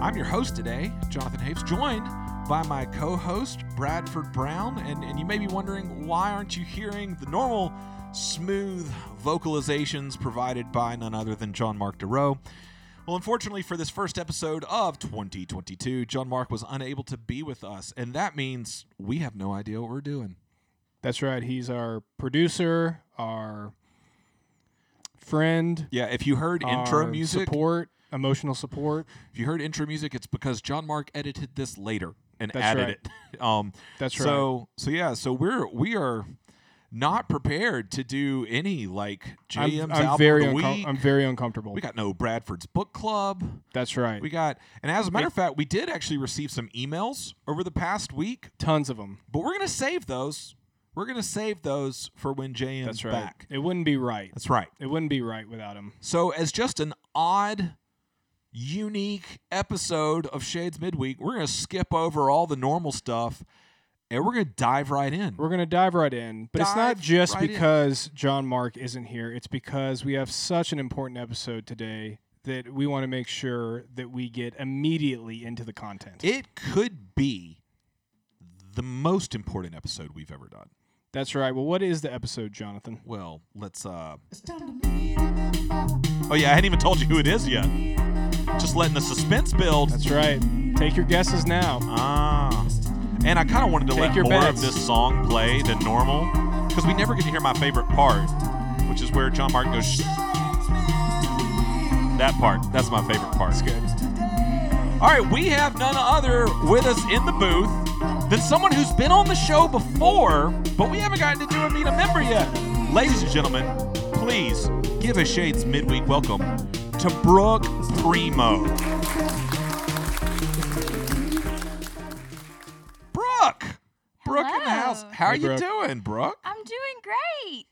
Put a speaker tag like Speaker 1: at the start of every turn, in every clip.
Speaker 1: I'm your host today, Jonathan Hapes, joined by my co host, Bradford Brown. And, and you may be wondering why aren't you hearing the normal smooth vocalizations provided by none other than John Mark DeRoe? Well, unfortunately, for this first episode of 2022, John Mark was unable to be with us. And that means we have no idea what we're doing.
Speaker 2: That's right. He's our producer, our friend,
Speaker 1: Yeah, if you heard intro
Speaker 2: our
Speaker 1: music,
Speaker 2: support, emotional support.
Speaker 1: if you heard intro music, it's because John Mark edited this later and
Speaker 2: That's
Speaker 1: added
Speaker 2: right.
Speaker 1: it. um,
Speaker 2: That's right.
Speaker 1: So so yeah, so we're we are not prepared to do any like JM's
Speaker 2: I'm,
Speaker 1: album
Speaker 2: I'm very
Speaker 1: of the
Speaker 2: uncom-
Speaker 1: week.
Speaker 2: I'm very uncomfortable.
Speaker 1: we got no Bradford's book club.
Speaker 2: That's right.
Speaker 1: We got, and as a matter of fact, we did actually receive some emails over the past week,
Speaker 2: Tons of them.
Speaker 1: but we're gonna save those. We're gonna save those for when JM's
Speaker 2: That's right.
Speaker 1: back.
Speaker 2: It wouldn't be right.
Speaker 1: That's right.
Speaker 2: It wouldn't be right without him.
Speaker 1: So, as just an odd, unique episode of Shades Midweek, we're going to skip over all the normal stuff and we're going to dive right in.
Speaker 2: We're going to dive right in, but it's not
Speaker 1: Dive
Speaker 2: just
Speaker 1: right in.
Speaker 2: because John Mark isn't here. It's because we have such an important episode today that we want to make sure that we get immediately into the content.
Speaker 1: It could be the most important episode we've ever done.
Speaker 2: That's right. Well, what is the episode, Jonathan?
Speaker 1: Well, let's. uh Oh, yeah, I hadn't even told you who it is yet. Just letting the suspense build.
Speaker 2: That's right. Take your guesses now.
Speaker 1: Ah. And I kind of wanted to
Speaker 2: Take
Speaker 1: let
Speaker 2: your
Speaker 1: more of
Speaker 2: bets.
Speaker 1: this song play than normal because we never get to hear my favorite part, which is where John Martin goes. Shh. That part. That's my favorite part.
Speaker 2: That's good.
Speaker 1: All right, we have none other with us in the booth than someone who's been on the show before, but we haven't gotten to do a meet a member yet. Ladies and gentlemen, please give a Shades midweek welcome to Brooke Primo. Brooke! Brooke in the house.
Speaker 3: Hello. Um,
Speaker 1: How are
Speaker 2: Hey,
Speaker 1: you
Speaker 2: Brooke.
Speaker 1: doing, Brooke?
Speaker 3: I'm doing great.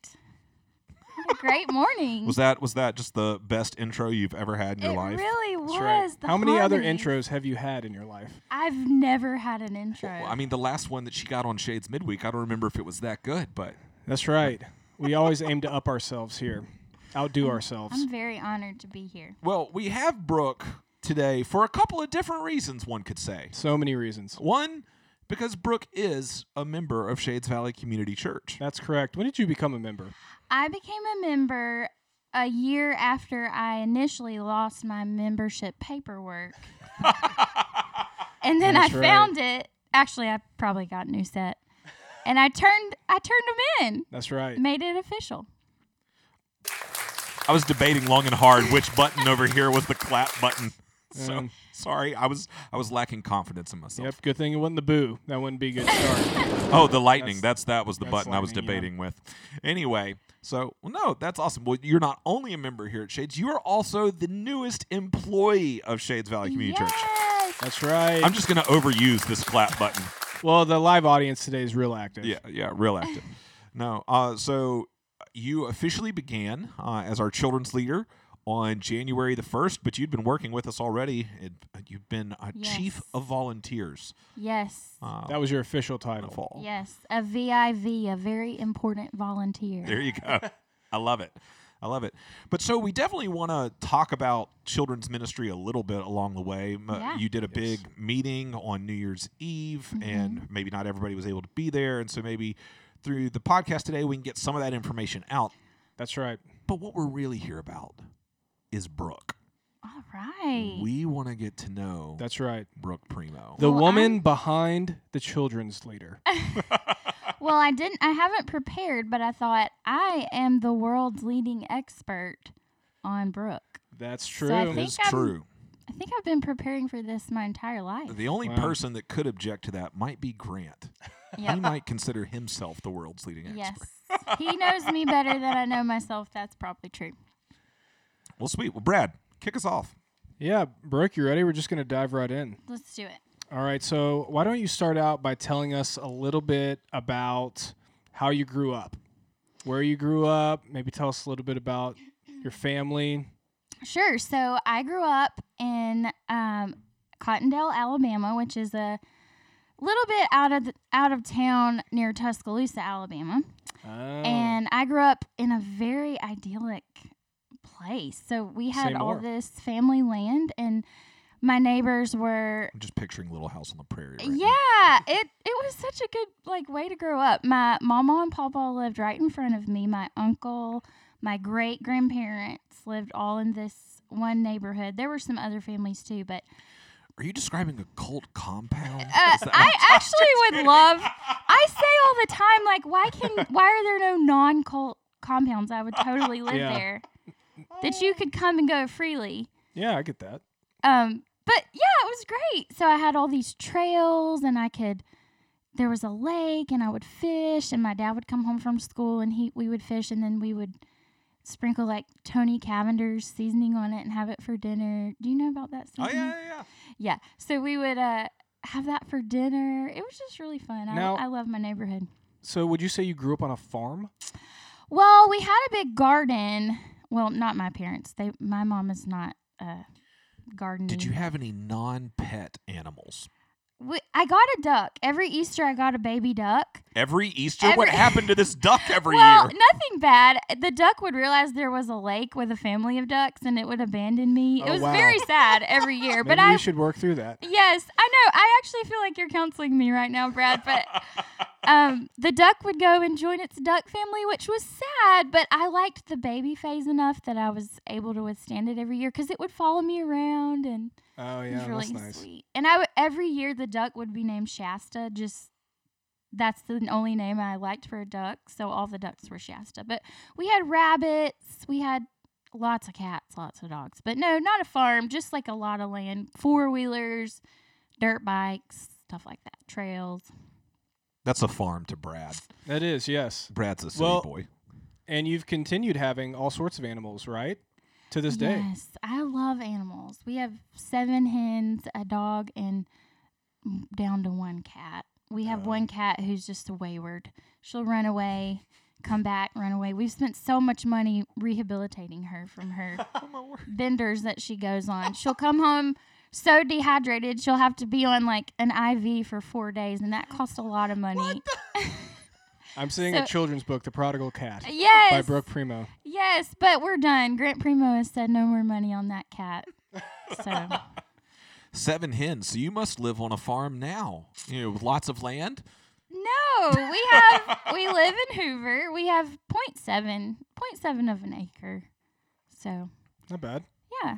Speaker 3: Had a great morning.
Speaker 1: Was that was that just the best intro you've ever had in your
Speaker 3: it
Speaker 1: life?
Speaker 3: really was.
Speaker 2: That's right.
Speaker 3: The
Speaker 2: How many other
Speaker 3: harmonies.
Speaker 2: intros have you had in your life?
Speaker 3: I've never had an intro.
Speaker 1: Well, I mean, the last one that she got on Shades Midweek, I don't remember if it was that good, but
Speaker 2: That's right. We always aim to up ourselves here, outdo ourselves.
Speaker 3: I'm very honored to be here.
Speaker 1: Well, we have Brooke today for a couple of different reasons, one could say.
Speaker 2: So many reasons.
Speaker 1: One, because Brooke is a member of Shades Valley Community Church.
Speaker 2: That's correct. When did you become a member?
Speaker 3: I became a member a year after I initially lost my membership paperwork. and then
Speaker 2: That's
Speaker 3: I
Speaker 2: right.
Speaker 3: found it. Actually, I probably got a new set. And I turned I turned them
Speaker 2: That's right.
Speaker 3: in. Made it official.
Speaker 1: I was debating long and hard which button over here was the clap button. So
Speaker 2: Um.
Speaker 1: sorry, I was I was lacking confidence in myself.
Speaker 2: Yep. Good thing it wasn't the boo. That wouldn't be a good start.
Speaker 1: Oh, the lightning. That's, that was the
Speaker 2: that's
Speaker 1: button I was
Speaker 2: lightning, yeah.
Speaker 1: debating with. Anyway, so well, no, that's awesome. Well, you're not only a member here at Shades, you are also the newest employee of Shades Valley Community Church.
Speaker 3: Yes.
Speaker 2: That's right.
Speaker 1: I'm just gonna overuse this clap button.
Speaker 2: well, the live audience today is real active.
Speaker 1: Yeah, yeah, real active. no, uh, so you officially began uh, as our children's leader on January the first, but you'd been working with us already. And you've been a chief
Speaker 3: Yes.
Speaker 1: of volunteers.
Speaker 3: Yes.
Speaker 1: Uh,
Speaker 2: That was your official
Speaker 1: in the
Speaker 2: title.
Speaker 1: fall.
Speaker 3: Yes, a VIV, a very important volunteer.
Speaker 1: There you go. I love it. I love it. But so we definitely want to talk about children's ministry a little bit along the way. M-
Speaker 3: Yeah. Mm-hmm.
Speaker 1: You did a
Speaker 2: Yes.
Speaker 1: big meeting on New Year's Eve, and maybe not everybody was able to be there. And so maybe through the podcast today, we can get some of that information out.
Speaker 2: That's right.
Speaker 1: But what we're really here about is Brooke.
Speaker 3: All right.
Speaker 1: We want to get to know
Speaker 2: That's right.
Speaker 1: Brooke Primo.
Speaker 2: The
Speaker 3: Well,
Speaker 2: woman behind the children's leader.
Speaker 3: well, I didn't. I haven't prepared, but I thought I am the world's leading expert on Brooke.
Speaker 2: That's true.
Speaker 3: So I think-
Speaker 1: It's
Speaker 3: I'm-
Speaker 1: true.
Speaker 3: I think I've been preparing for this my entire life.
Speaker 1: The only
Speaker 2: Wow.
Speaker 1: person that could object to that might be Grant. He
Speaker 3: Yep.
Speaker 1: might consider himself the world's leading expert.
Speaker 3: Yes, he knows me better than I know myself. That's probably true.
Speaker 1: Well, sweet. Well, Brad, kick us off.
Speaker 2: yeah, Brooke, you ready? We're just going to dive right in.
Speaker 3: Let's do it.
Speaker 2: All right. So, why don't you start out by telling us a little bit about how you grew up, where you grew up? Maybe tell us a little bit about your family.
Speaker 3: Sure. So I grew up in um, Cottondale, Alabama, which is a little bit out of the, out of town near Tuscaloosa, Alabama.
Speaker 2: Oh,
Speaker 3: And I grew up in a very idyllic place. So we had
Speaker 2: Say
Speaker 3: all
Speaker 2: more.
Speaker 3: this family land and my neighbors were
Speaker 1: I'm just picturing Little House on the Prairie. right now.
Speaker 3: yeah, it it was such a good like way to grow up. My mama and papa lived right in front of me. My uncle, my great grandparents lived all in this one neighborhood. There were some other families too, but
Speaker 1: Are you describing a cult compound?
Speaker 3: uh,
Speaker 1: Is that
Speaker 3: I
Speaker 1: what-
Speaker 3: actually would love. I say all the time, like, why can why are there no non cult compounds? I would totally live
Speaker 2: Yeah.
Speaker 3: there. That you could come and go freely.
Speaker 2: Yeah, I get that.
Speaker 3: Um, but yeah, it was great. So I had all these trails, and I could. There was a lake, and I would fish, and my dad would come home from school, and he we would fish, and then we would sprinkle like Tony Cavender's seasoning on it and have it for dinner. Do you know about that
Speaker 1: oh yeah,
Speaker 3: seasoning?
Speaker 1: yeah, yeah.
Speaker 3: Yeah. So we would uh, have that for dinner. It was just really fun.
Speaker 2: Now-
Speaker 3: I, I love my neighborhood.
Speaker 2: So, would you say you grew up on a farm?
Speaker 3: Well, we had a big garden. Well, not my parents. They, my mom is not uh, gardening.
Speaker 1: Did you have any non-pet animals?
Speaker 3: We, I got a duck every Easter. I got a baby duck.
Speaker 1: Every Easter, what
Speaker 3: Every-
Speaker 1: happened to this duck every
Speaker 3: well,
Speaker 1: year?
Speaker 3: nothing bad. The duck would realize there was a lake with a family of ducks, and it would abandon me.
Speaker 2: Oh,
Speaker 3: it was
Speaker 2: wow.
Speaker 3: very sad every year.
Speaker 2: Maybe
Speaker 3: but I
Speaker 2: we should work through that.
Speaker 3: Yes, I know. I actually feel like you're counseling me right now, Brad. But um, the duck would go and join its duck family, which was sad. But I liked the baby phase enough that I was able to withstand it every year because it would follow me around and
Speaker 2: Oh,
Speaker 3: it was
Speaker 2: yeah,
Speaker 3: really
Speaker 2: that's nice.
Speaker 3: sweet. And I w- every year the duck would be named Shasta. Just that's the only name I liked for a duck, so all the ducks were Shasta. But we had rabbits, we had lots of cats, lots of dogs. But no, not a farm, just like a lot of land, four wheelers, dirt bikes, stuff like that, trails.
Speaker 1: That's a farm to Brad.
Speaker 2: That is, yes.
Speaker 1: Brad's a city
Speaker 2: Well,
Speaker 1: boy.
Speaker 2: And you've continued having all sorts of animals, right? To this day.
Speaker 3: Yes, I love animals. We have seven hens, a dog, and m- down to one cat. We have
Speaker 2: Oh.
Speaker 3: one cat who's just wayward. She'll run away, come back, run away. We've spent so much money rehabilitating her from her
Speaker 2: Oh,
Speaker 3: benders that she goes on. She'll come home so dehydrated, she'll have to be on like an IV for four days, and that costs a lot of money.
Speaker 2: I'm seeing a
Speaker 3: So- Uh,
Speaker 2: children's book, The Prodigal Cat
Speaker 3: yes,
Speaker 2: by Brooke Primo.
Speaker 3: yes, but we're done. Grant Primo has said no more money on that cat. So.
Speaker 1: Seven hens. So you must live on a farm now. You know, with lots of land.
Speaker 3: No, we have we live in Hoover. We have 0.7, 0.7 of an acre. So
Speaker 2: Not bad.
Speaker 3: yeah.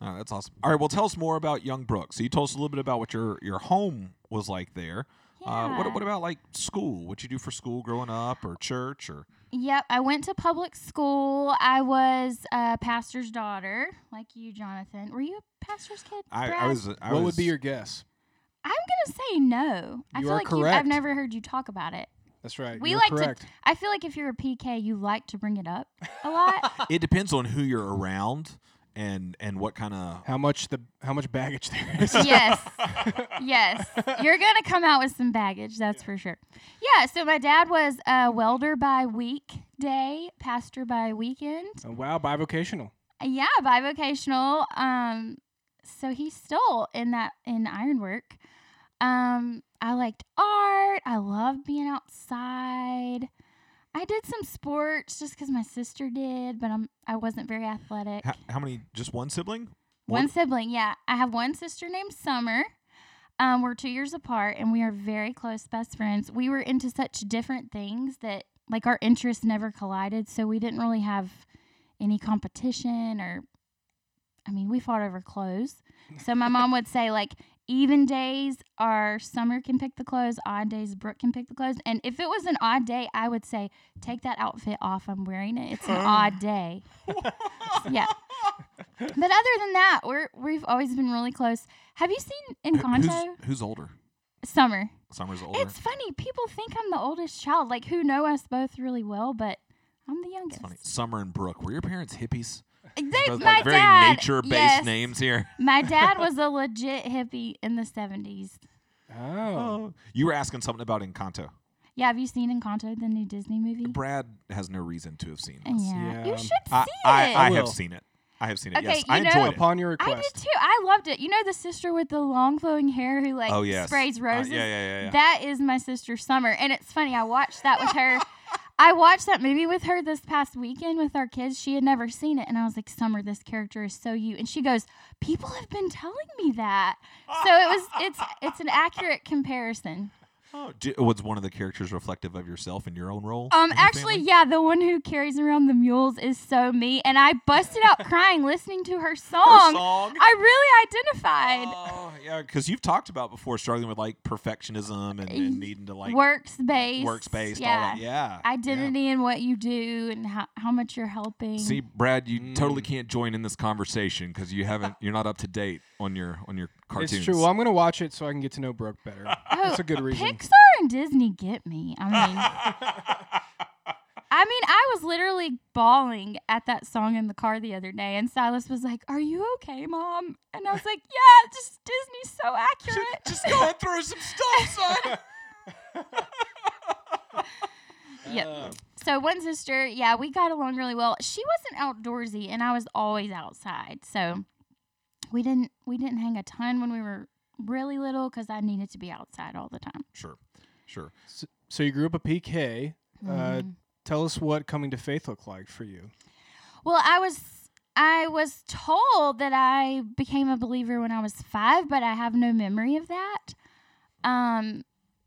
Speaker 1: Oh, that's awesome. All right, well, tell us more about Young Brook. So you told us a little bit about what your your home was like there. Uh,
Speaker 3: Yeah.
Speaker 1: what what about like school? What you do for school growing up, or church, or
Speaker 3: Yep, I went to public school. I was a pastor's daughter, like you, Jonathan. Were you a pastor's kid?
Speaker 1: I, I
Speaker 3: Brad?
Speaker 1: was. I
Speaker 2: what
Speaker 1: was-
Speaker 2: would be your guess?
Speaker 3: I'm gonna say no. I
Speaker 2: You
Speaker 3: feel
Speaker 2: are
Speaker 3: like You, I've
Speaker 2: correct.
Speaker 3: never heard you talk about it.
Speaker 2: That's right.
Speaker 3: We
Speaker 2: You're
Speaker 3: like to-
Speaker 2: correct.
Speaker 3: I feel like if you're a PK, you like to bring it up a lot.
Speaker 1: It depends on who you're around and and what kind of
Speaker 2: how much the how much baggage there is.
Speaker 3: yes. yes, you're gonna come out with some baggage, that's for sure. Yeah, so my dad was a welder by weekday, pastor by weekend.
Speaker 2: Oh, wow, bivocational.
Speaker 3: Yeah, bivocational. Um, so he's still in that in ironwork. Um, I liked art. I loved being outside. I did some sports just because my sister did, but I'm I wasn't very athletic.
Speaker 1: how, how many? Just one sibling?
Speaker 3: One sibling, yeah. I have one sister named Summer. Um, we're two years apart, and we are very close best friends. We were into such different things that, like, our interests never collided, so we didn't really have any competition or, I mean, we fought over clothes. So my mom would say, like, even days are Summer can pick the clothes, odd days Brooke can pick the clothes. And if it was an odd day, I would say, take that outfit off. I'm wearing it. It's an odd day. yeah. But other than that, we're we've always been really close. Have you seen
Speaker 1: Who- who's,
Speaker 3: Encanto?
Speaker 1: who's older?
Speaker 3: Summer.
Speaker 1: Summer's older.
Speaker 3: It's funny. People think I'm the oldest child, like who know us both really well, but I'm the
Speaker 1: It's
Speaker 3: youngest.
Speaker 1: funny. Summer and Brooke. Were your parents hippies?
Speaker 3: They,
Speaker 1: Both,
Speaker 3: my
Speaker 1: like, very
Speaker 3: dad,
Speaker 1: nature-based
Speaker 3: yes.
Speaker 1: names here.
Speaker 3: My dad was a legit hippie in the 70s.
Speaker 2: Oh.
Speaker 1: You were asking something about Encanto.
Speaker 3: Yeah, have you seen Encanto, the new Disney movie?
Speaker 1: Brad has no reason to have seen
Speaker 3: Yeah,
Speaker 1: this.
Speaker 2: Yeah.
Speaker 3: you should see
Speaker 1: um, I, I,
Speaker 3: it.
Speaker 1: I
Speaker 2: I
Speaker 1: have
Speaker 2: will.
Speaker 1: seen it. I have seen it.
Speaker 3: Okay,
Speaker 1: yes,
Speaker 3: you
Speaker 1: I
Speaker 3: know-
Speaker 1: enjoyed it.
Speaker 2: Upon your
Speaker 3: I did
Speaker 2: request.
Speaker 3: too. I loved it. You know the sister with the long flowing hair who like
Speaker 1: oh yes,
Speaker 3: sprays
Speaker 1: Uh,
Speaker 3: roses
Speaker 1: yeah, yeah, yeah. yeah.
Speaker 3: That is my sister Summer, and it's funny. I watched that with her. I watched that movie with her this past weekend with our kids. She had never seen it, and I was like, "Summer, this character is so you." And she goes, "People have been telling me that." So it was. It's it's an accurate comparison.
Speaker 1: Oh, do, was one of the characters reflective of yourself in your own role?
Speaker 3: Um,
Speaker 1: in your
Speaker 3: actually,
Speaker 1: family?
Speaker 3: yeah, the one who carries around the mules is so me, and I busted out crying listening to her song.
Speaker 1: Her song.
Speaker 3: I really identified.
Speaker 1: Oh, yeah, because you've talked about before struggling with like perfectionism and, and needing to like
Speaker 3: workspace.
Speaker 1: workspace, all that. Yeah, yeah.
Speaker 3: Identity and what you do and how, how much you're helping.
Speaker 1: See, Brad, you totally
Speaker 2: Mm.
Speaker 1: can't join in this conversation because you haven't. You're not up to date on your on your cartoons.
Speaker 2: It's true. Well, I'm gonna watch it so I can get to know Brooke better.
Speaker 3: Oh,
Speaker 2: That's a good reason.
Speaker 3: Pixar and Disney get me. I mean, I mean, I was literally bawling at that song in the car the other day, and Silas was like, "Are you okay, mom?" And I was like, "Yeah, just Disney's so accurate."
Speaker 1: Just going through some stuff, son.
Speaker 3: yep. so one sister, yeah, we got along really well. She wasn't outdoorsy, and I was always outside, so we didn't we didn't hang a ton when we were really little because I needed to be outside all the time.
Speaker 1: sure, sure.
Speaker 2: So you grew up a PK. Uh,
Speaker 3: Mm.
Speaker 2: tell us what coming to faith looked like for you.
Speaker 3: Well, I was I was told that I became a believer when I was five, but I have no memory of that. Um,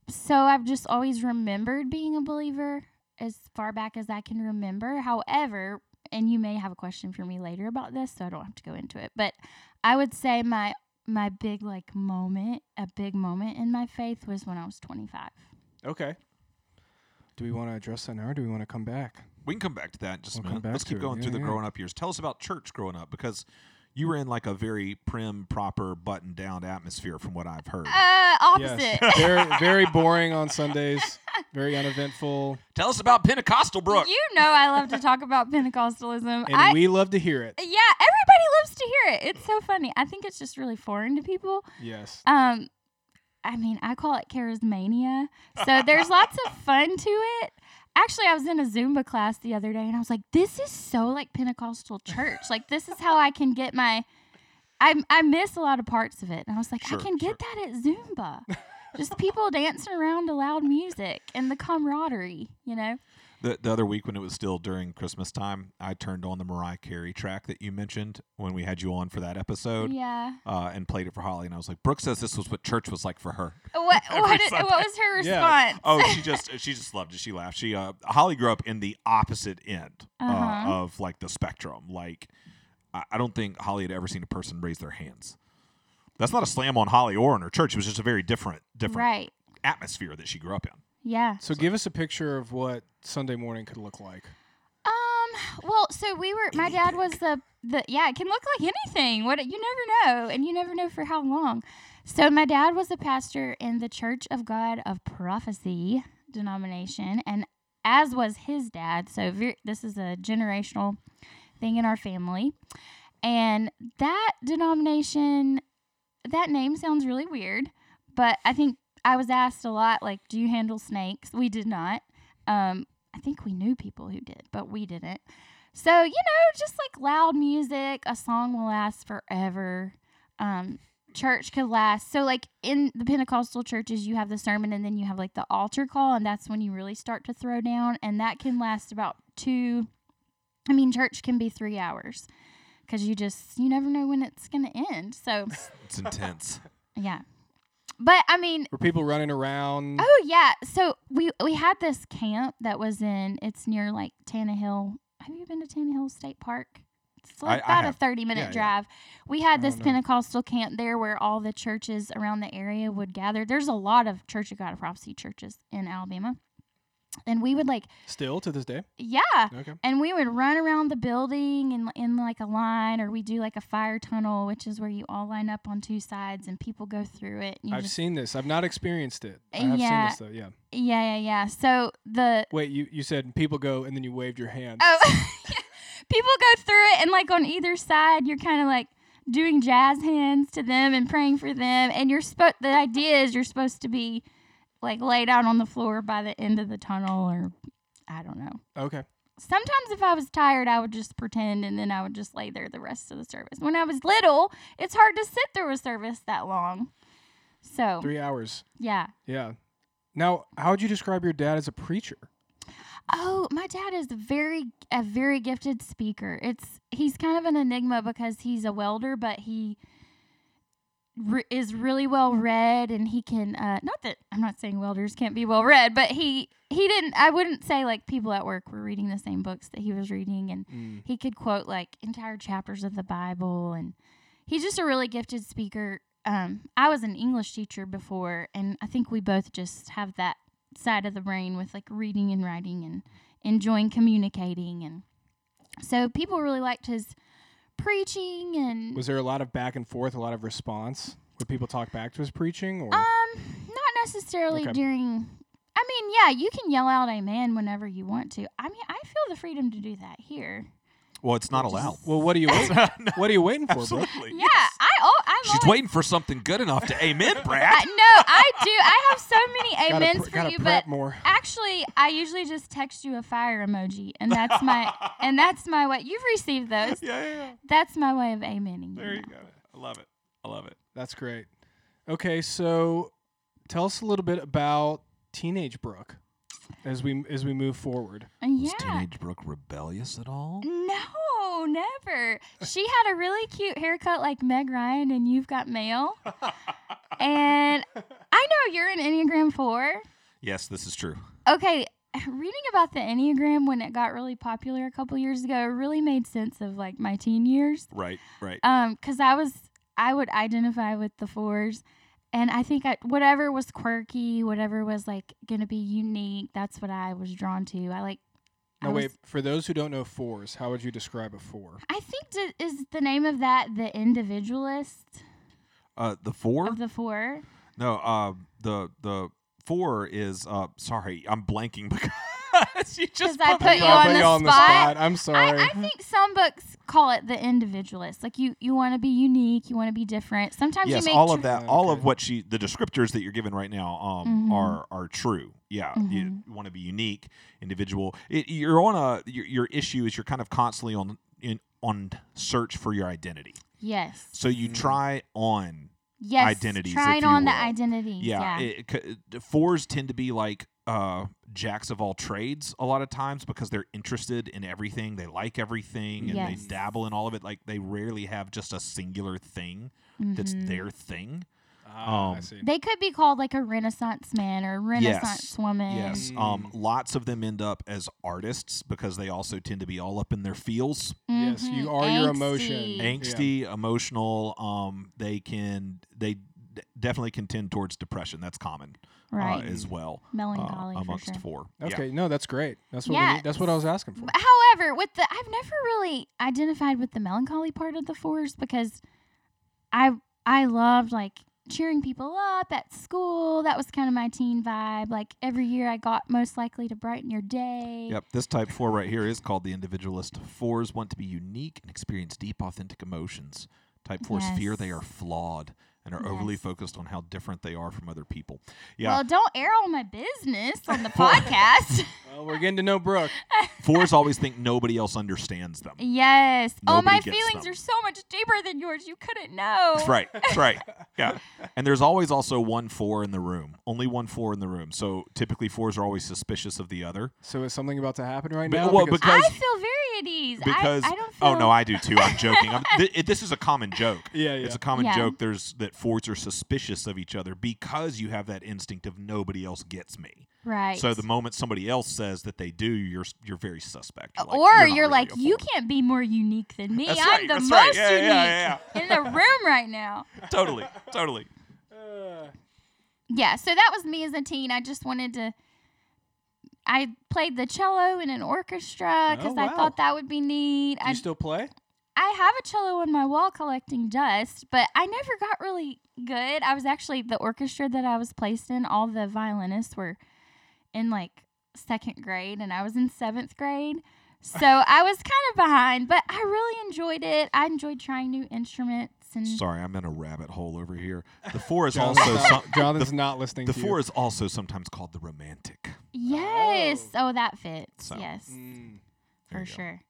Speaker 3: so I've just always remembered being a believer as far back as I can remember. However, and you may have a question for me later about this, so I don't have to go into it. But I would say my my big like moment, a big moment in my faith was when I was 25.
Speaker 2: Okay. Do we want to address that now, or do we want to come back?
Speaker 1: We can come back to that in just
Speaker 2: We'll
Speaker 1: a
Speaker 2: come
Speaker 1: minute.
Speaker 2: back
Speaker 1: Let's keep
Speaker 2: to it.
Speaker 1: going
Speaker 2: Yeah,
Speaker 1: through the
Speaker 2: yeah.
Speaker 1: growing up years. Tell us about church growing up because you were in like a very prim, proper, button down atmosphere from what I've heard.
Speaker 3: Uh, opposite.
Speaker 2: Yes. very, very boring on Sundays. Very uneventful,
Speaker 1: Tell us about Pentecostal Brook.
Speaker 3: you know I love to talk about Pentecostalism.
Speaker 2: and
Speaker 3: I,
Speaker 2: we love to hear it.
Speaker 3: Yeah, everybody loves to hear it. It's so funny. I think it's just really foreign to people.
Speaker 2: Yes.
Speaker 3: Um, I mean, I call it charismania. So there's lots of fun to it. Actually, I was in a Zumba class the other day, and I was like, "This is so like Pentecostal church. Like, this is how I can get my." I I miss a lot of parts of it, and I was like,
Speaker 1: Sure,
Speaker 3: "I can get that at Zumba." Just people dancing around to loud music and the camaraderie, you know.
Speaker 1: The, the other week when it was still during Christmas time, I turned on the Mariah Carey track that you mentioned when we had you on for that episode
Speaker 3: Yeah.
Speaker 1: uh, and played it for Holly. And I was like, Brooke says this was what church was like for her.
Speaker 3: What what, did-
Speaker 1: Sunday.
Speaker 3: what was her
Speaker 2: Yeah.
Speaker 3: response?
Speaker 1: Oh, she just she just loved it. She laughed. She uh, Holly grew up in the opposite end uh,
Speaker 3: Uh-huh.
Speaker 1: of like the spectrum. Like I, I don't think Holly had ever seen a person raise their hands. That's not a slam on Holly or on her church. It was just a very different different
Speaker 3: Right.
Speaker 1: atmosphere that she grew up in.
Speaker 3: Yeah.
Speaker 2: So give us a picture of what Sunday morning could look like.
Speaker 3: Um. Well, so we were. My dad was the the. Yeah, it can look like anything. What you never know, and you never know for how long. So my dad was a pastor in the Church of God of Prophecy denomination, and as was his dad. So ver- this is a generational thing in our family, and that denomination, that name sounds really weird, but I think I was asked a lot, like, "Do you handle snakes?" We did not. Um, I think we knew people who did, but we didn't. So, you know, just like loud music, a song will last forever. Um, church could last. So, like in the Pentecostal churches, you have the sermon and then you have like the altar call, and that's when you really start to throw down. And that can last about two, I mean, church can be three hours because you just, you never know when it's going to end. So,
Speaker 1: It's intense.
Speaker 3: yeah. But I mean,
Speaker 2: Were people running around?
Speaker 3: Oh yeah. So we we had this camp that was in it's near like Tannehill. Have you been to Tannehill State Park? It's
Speaker 1: I-
Speaker 3: like
Speaker 1: I
Speaker 3: about a
Speaker 1: have.
Speaker 3: thirty minute
Speaker 2: Yeah, yeah.
Speaker 3: drive. We
Speaker 2: I
Speaker 3: had this
Speaker 2: don't know.
Speaker 3: Pentecostal camp there where all the churches around the area would gather. There's a lot of Church of God of Prophecy churches in Alabama. And we would like
Speaker 2: Still to this day.
Speaker 3: yeah.
Speaker 2: Okay.
Speaker 3: And we would run around the building in, in like a line, or we do like a fire tunnel, which is where you all line up on two sides and people go through it. And you
Speaker 2: I've
Speaker 3: just,
Speaker 2: seen this. I've not experienced it. I have seen
Speaker 3: Yeah.
Speaker 2: this though. Yeah.
Speaker 3: yeah, yeah, yeah. So the
Speaker 2: Wait, you, you said people go and then you waved your hand.
Speaker 3: Oh, people go through it, and like on either side, you're kind of like doing jazz hands to them and praying for them. And you're supposed the idea is you're supposed to be like laid out on the floor by the end of the tunnel, or I don't know.
Speaker 2: Okay.
Speaker 3: Sometimes if I was tired, I would just pretend, and then I would just lay there the rest of the service. When I was little, it's hard to sit through a service that long. So
Speaker 2: Three hours.
Speaker 3: yeah,
Speaker 2: Yeah. Now, how would you describe your dad as a preacher?
Speaker 3: Oh, my dad is very a very gifted speaker. It's he's kind of an enigma because he's a welder, but he re- is really well read, and he can. Uh, not that I'm not saying welders can't be well read, but he he didn't. I wouldn't say like people at work were reading the same books that he was reading, and
Speaker 2: Mm.
Speaker 3: he could quote like entire chapters of the Bible, and he's just a really gifted speaker. Um, I was an English teacher before, and I think we both just have that side of the brain with like reading and writing and enjoying communicating, and so people really liked his preaching and
Speaker 2: Was there a lot of back and forth, a lot of response? Would people talk back to his preaching? Or
Speaker 3: Um, not necessarily
Speaker 2: Okay.
Speaker 3: during. I mean, yeah, you can yell out "Amen" whenever you want to. I mean, I feel the freedom to do that here.
Speaker 1: Well, it's not allowed.
Speaker 2: well, what are you waiting?
Speaker 1: No,
Speaker 2: what are you waiting for, bro?
Speaker 1: Absolutely.
Speaker 3: Yeah, I oh, I'm
Speaker 1: She's
Speaker 3: always,
Speaker 1: waiting for something good enough to amen,
Speaker 3: I,
Speaker 1: Brad.
Speaker 3: no, I do. I have so many
Speaker 2: Gotta
Speaker 3: amens
Speaker 2: pr-
Speaker 3: for
Speaker 2: gotta
Speaker 3: you,
Speaker 2: prep
Speaker 3: but
Speaker 2: more.
Speaker 3: actually, I usually just text you a fire emoji, and that's my and that's my way. You've received those.
Speaker 1: yeah, yeah, yeah.
Speaker 3: That's my way of amening. you
Speaker 1: There you
Speaker 3: now.
Speaker 1: go. I love it. I love it.
Speaker 2: That's great. Okay, so tell us a little bit about teenage Brooke as we as we move forward.
Speaker 3: And
Speaker 1: Was
Speaker 3: Yeah.
Speaker 1: Teenage Brooke rebellious at all?
Speaker 3: No, never. She had a really cute haircut like Meg Ryan and You've Got Mail. and I know you're an Enneagram 4.
Speaker 1: Yes, this is true.
Speaker 3: Okay, reading about the Enneagram when it got really popular a couple years ago really made sense of like my teen years.
Speaker 1: Right, right.
Speaker 3: Um, cuz I was I would identify with the 4s and I think I, whatever was quirky, whatever was like going to be unique, that's what I was drawn to. I like
Speaker 2: Now
Speaker 3: I was-
Speaker 2: wait, for those who don't know fours, how would you describe a four?
Speaker 3: I think d- is the name of that the individualist
Speaker 1: Uh, the four?
Speaker 3: of the four.
Speaker 1: no, uh, the the four is. Uh, sorry, I'm blanking because you just
Speaker 3: 'Cause I put
Speaker 1: me
Speaker 3: you
Speaker 1: off.
Speaker 3: on
Speaker 2: put
Speaker 3: the
Speaker 2: you on the
Speaker 3: spot?
Speaker 2: spot. I'm
Speaker 3: I,
Speaker 2: sorry.
Speaker 3: I think some books call it the individualist. Like you, you want to be unique, you want to be different. Sometimes
Speaker 1: Yes,
Speaker 3: you make
Speaker 1: all of
Speaker 3: tr-
Speaker 1: that,
Speaker 2: Yeah,
Speaker 1: all
Speaker 2: okay.
Speaker 1: of what she, the descriptors that you're given right now, um,
Speaker 3: Mhm.
Speaker 1: are are true. Yeah, you
Speaker 3: Mm-hmm.
Speaker 1: want to be unique, individual. It, you're on a your, your issue is you're kind of constantly on in on search for your identity.
Speaker 3: yes,
Speaker 1: So you try on
Speaker 3: yes.
Speaker 1: identities,
Speaker 3: Tried
Speaker 1: if you
Speaker 3: on the
Speaker 1: will.
Speaker 3: identities.
Speaker 1: yeah,
Speaker 3: Yeah,
Speaker 1: it- c- the fours tend to be like uh, jacks of all trades a lot of times because they're interested in everything they like everything and
Speaker 3: Yes.
Speaker 1: they dabble in all of it like they rarely have just a singular thing that's
Speaker 3: Mhm.
Speaker 1: their thing
Speaker 2: Ah, I
Speaker 1: um,
Speaker 2: see.
Speaker 3: They could be called like a Renaissance man or a Renaissance woman.
Speaker 1: yes um, lots of them end up as artists because they also tend to be all up in their feels
Speaker 2: Yes, you
Speaker 3: Mhm.
Speaker 2: are your
Speaker 3: Angsty.
Speaker 2: emotion. Ang-
Speaker 1: angsty emotional um, they can they d- definitely can tend towards depression that's common uh,
Speaker 3: right?
Speaker 1: as well uh,
Speaker 3: Melancholy for
Speaker 1: amongst
Speaker 3: sure.
Speaker 1: four Yeah.
Speaker 2: Okay, no, that's great. That's what we
Speaker 3: Yeah.
Speaker 2: need. that's what I was asking for.
Speaker 3: But However, with the I've never really identified with the melancholy part of the fours because I I loved like cheering people up at school. That was kind of my teen vibe. Like every year I got most likely to brighten your day.
Speaker 1: Yep, this type four right here is called the individualist. Fours want to be unique and experience deep, authentic emotions. Type fours fear they
Speaker 3: Yes.
Speaker 1: are flawed and are overly
Speaker 3: Yes.
Speaker 1: focused on how different they are from other people. Yeah,
Speaker 3: Well, don't air all my business on the podcast.
Speaker 2: Well, we're getting to know Brooke.
Speaker 1: fours always think nobody else understands them.
Speaker 3: yes. oh,
Speaker 1: Nobody
Speaker 3: my
Speaker 1: gets
Speaker 3: feelings
Speaker 1: them.
Speaker 3: are so much deeper than yours. You couldn't know.
Speaker 1: That's right. That's right. Yeah. And there's always also one four in the room. Only one four in the room. So typically fours are always suspicious of the other.
Speaker 2: So is something about to happen right
Speaker 1: Be-
Speaker 2: now?
Speaker 1: well,
Speaker 2: Because-
Speaker 3: I
Speaker 1: because
Speaker 3: feel very at ease.
Speaker 1: because
Speaker 3: I, I don't feel
Speaker 1: oh no, I do too. I'm joking. I'm, th- it, this is a common joke.
Speaker 2: Yeah, yeah.
Speaker 1: It's a common
Speaker 3: Yeah.
Speaker 1: joke. There's that fords are suspicious of each other because you have that instinct of nobody else gets me.
Speaker 3: right.
Speaker 1: So the moment somebody else says that they do, you're s- you're very suspect. You're like,
Speaker 3: or you're,
Speaker 1: not really
Speaker 3: like,
Speaker 1: a
Speaker 3: you
Speaker 1: Ford."
Speaker 3: can't be more unique than me.
Speaker 1: That's
Speaker 3: I'm
Speaker 1: right,
Speaker 3: the
Speaker 1: that's
Speaker 3: most
Speaker 1: right. Yeah, yeah,
Speaker 3: unique
Speaker 1: yeah,
Speaker 3: in the room right now.
Speaker 1: totally, totally.
Speaker 2: Uh,
Speaker 3: Yeah, so that was me as a teen. I just wanted to. I played the cello in an orchestra because
Speaker 2: Oh,
Speaker 3: I
Speaker 2: wow.
Speaker 3: thought that would be neat.
Speaker 2: do you
Speaker 3: I,
Speaker 2: still play?
Speaker 3: I have a cello on my wall collecting dust, but I never got really good. I was actually the orchestra that I was placed in. All the violinists were in like second grade, and I was in seventh grade. So I was kind of behind, but I really enjoyed it. I enjoyed trying new instruments and
Speaker 1: Sorry, I'm in a rabbit hole over here. The four is
Speaker 2: Jonathan's,
Speaker 1: also
Speaker 2: not,
Speaker 1: some,
Speaker 2: Jonathan's not listening
Speaker 1: the
Speaker 2: to
Speaker 1: four
Speaker 2: you.
Speaker 1: is also sometimes called the romantic.
Speaker 3: yes, oh, that fits.
Speaker 1: So,
Speaker 3: yes,
Speaker 2: Mm.
Speaker 1: There
Speaker 3: for
Speaker 1: you go.
Speaker 3: sure.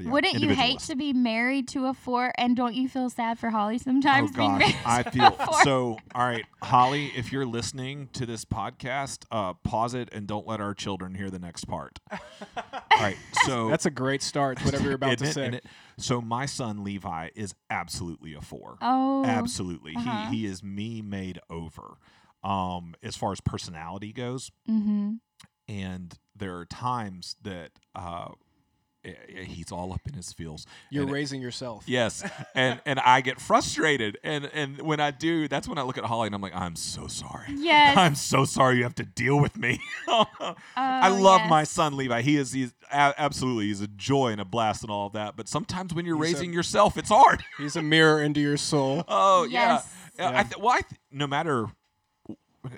Speaker 1: Yeah,
Speaker 3: Wouldn't you hate
Speaker 1: individualist.
Speaker 3: to be married to a four? And don't you feel sad for Holly sometimes?
Speaker 1: oh
Speaker 3: being
Speaker 1: gosh,
Speaker 3: married
Speaker 1: I
Speaker 3: to a
Speaker 1: feel
Speaker 3: four?
Speaker 1: so. All right, Holly, if you're listening to this podcast, uh, pause it and don't let our children hear the next part. All right, so
Speaker 2: That's a great start. to Whatever you're about to
Speaker 1: Isn't it-
Speaker 2: say.
Speaker 1: isn't it? So my son Levi is absolutely a four.
Speaker 3: Oh,
Speaker 1: absolutely,
Speaker 3: uh-huh.
Speaker 1: he he is me made over. Um, as far as personality goes,
Speaker 3: Mm-hmm.
Speaker 1: and there are times that uh, eh, eh, he's all up in his feels.
Speaker 2: You're
Speaker 1: and
Speaker 2: raising yourself.
Speaker 1: Yes, and and I get frustrated, and and when I do, that's when I look at Holly and I'm like, I'm so sorry.
Speaker 3: Yes.
Speaker 1: I'm so sorry you have to deal with me. I
Speaker 3: Oh,
Speaker 1: love my
Speaker 3: yes.
Speaker 1: son Levi. He is he's a- absolutely he's a joy and a blast and all of that. But sometimes when you're
Speaker 2: He's a-
Speaker 1: raising yourself, it's hard.
Speaker 2: He's a mirror into your soul.
Speaker 1: Oh
Speaker 3: Yes.
Speaker 1: yeah. Uh,
Speaker 2: Yeah.
Speaker 1: I th- well, I th- no matter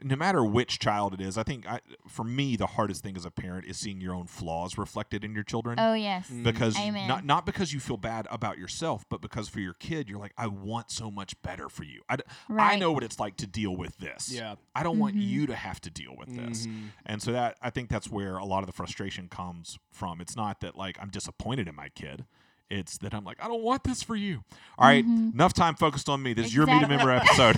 Speaker 1: no matter which child it is, I think I, for me the hardest thing as a parent is seeing your own flaws reflected in your children.
Speaker 3: Oh yes.
Speaker 1: Because
Speaker 3: Amen.
Speaker 1: not not because you feel bad about yourself, but because for your kid, you're like, I want so much better for you. I, d- I
Speaker 3: Right. Mm-hmm.
Speaker 1: know what it's like to deal with this.
Speaker 2: Yeah.
Speaker 1: I don't want you to have to deal with this.
Speaker 2: Mhm.
Speaker 1: And so that I think that's where a lot of the frustration comes from. It's not that like I'm disappointed in my kid. It's that I'm like, I don't want this for you. All right, Enough time focused on me. This is your media
Speaker 3: Mm-hmm. Exactly.
Speaker 1: member episode.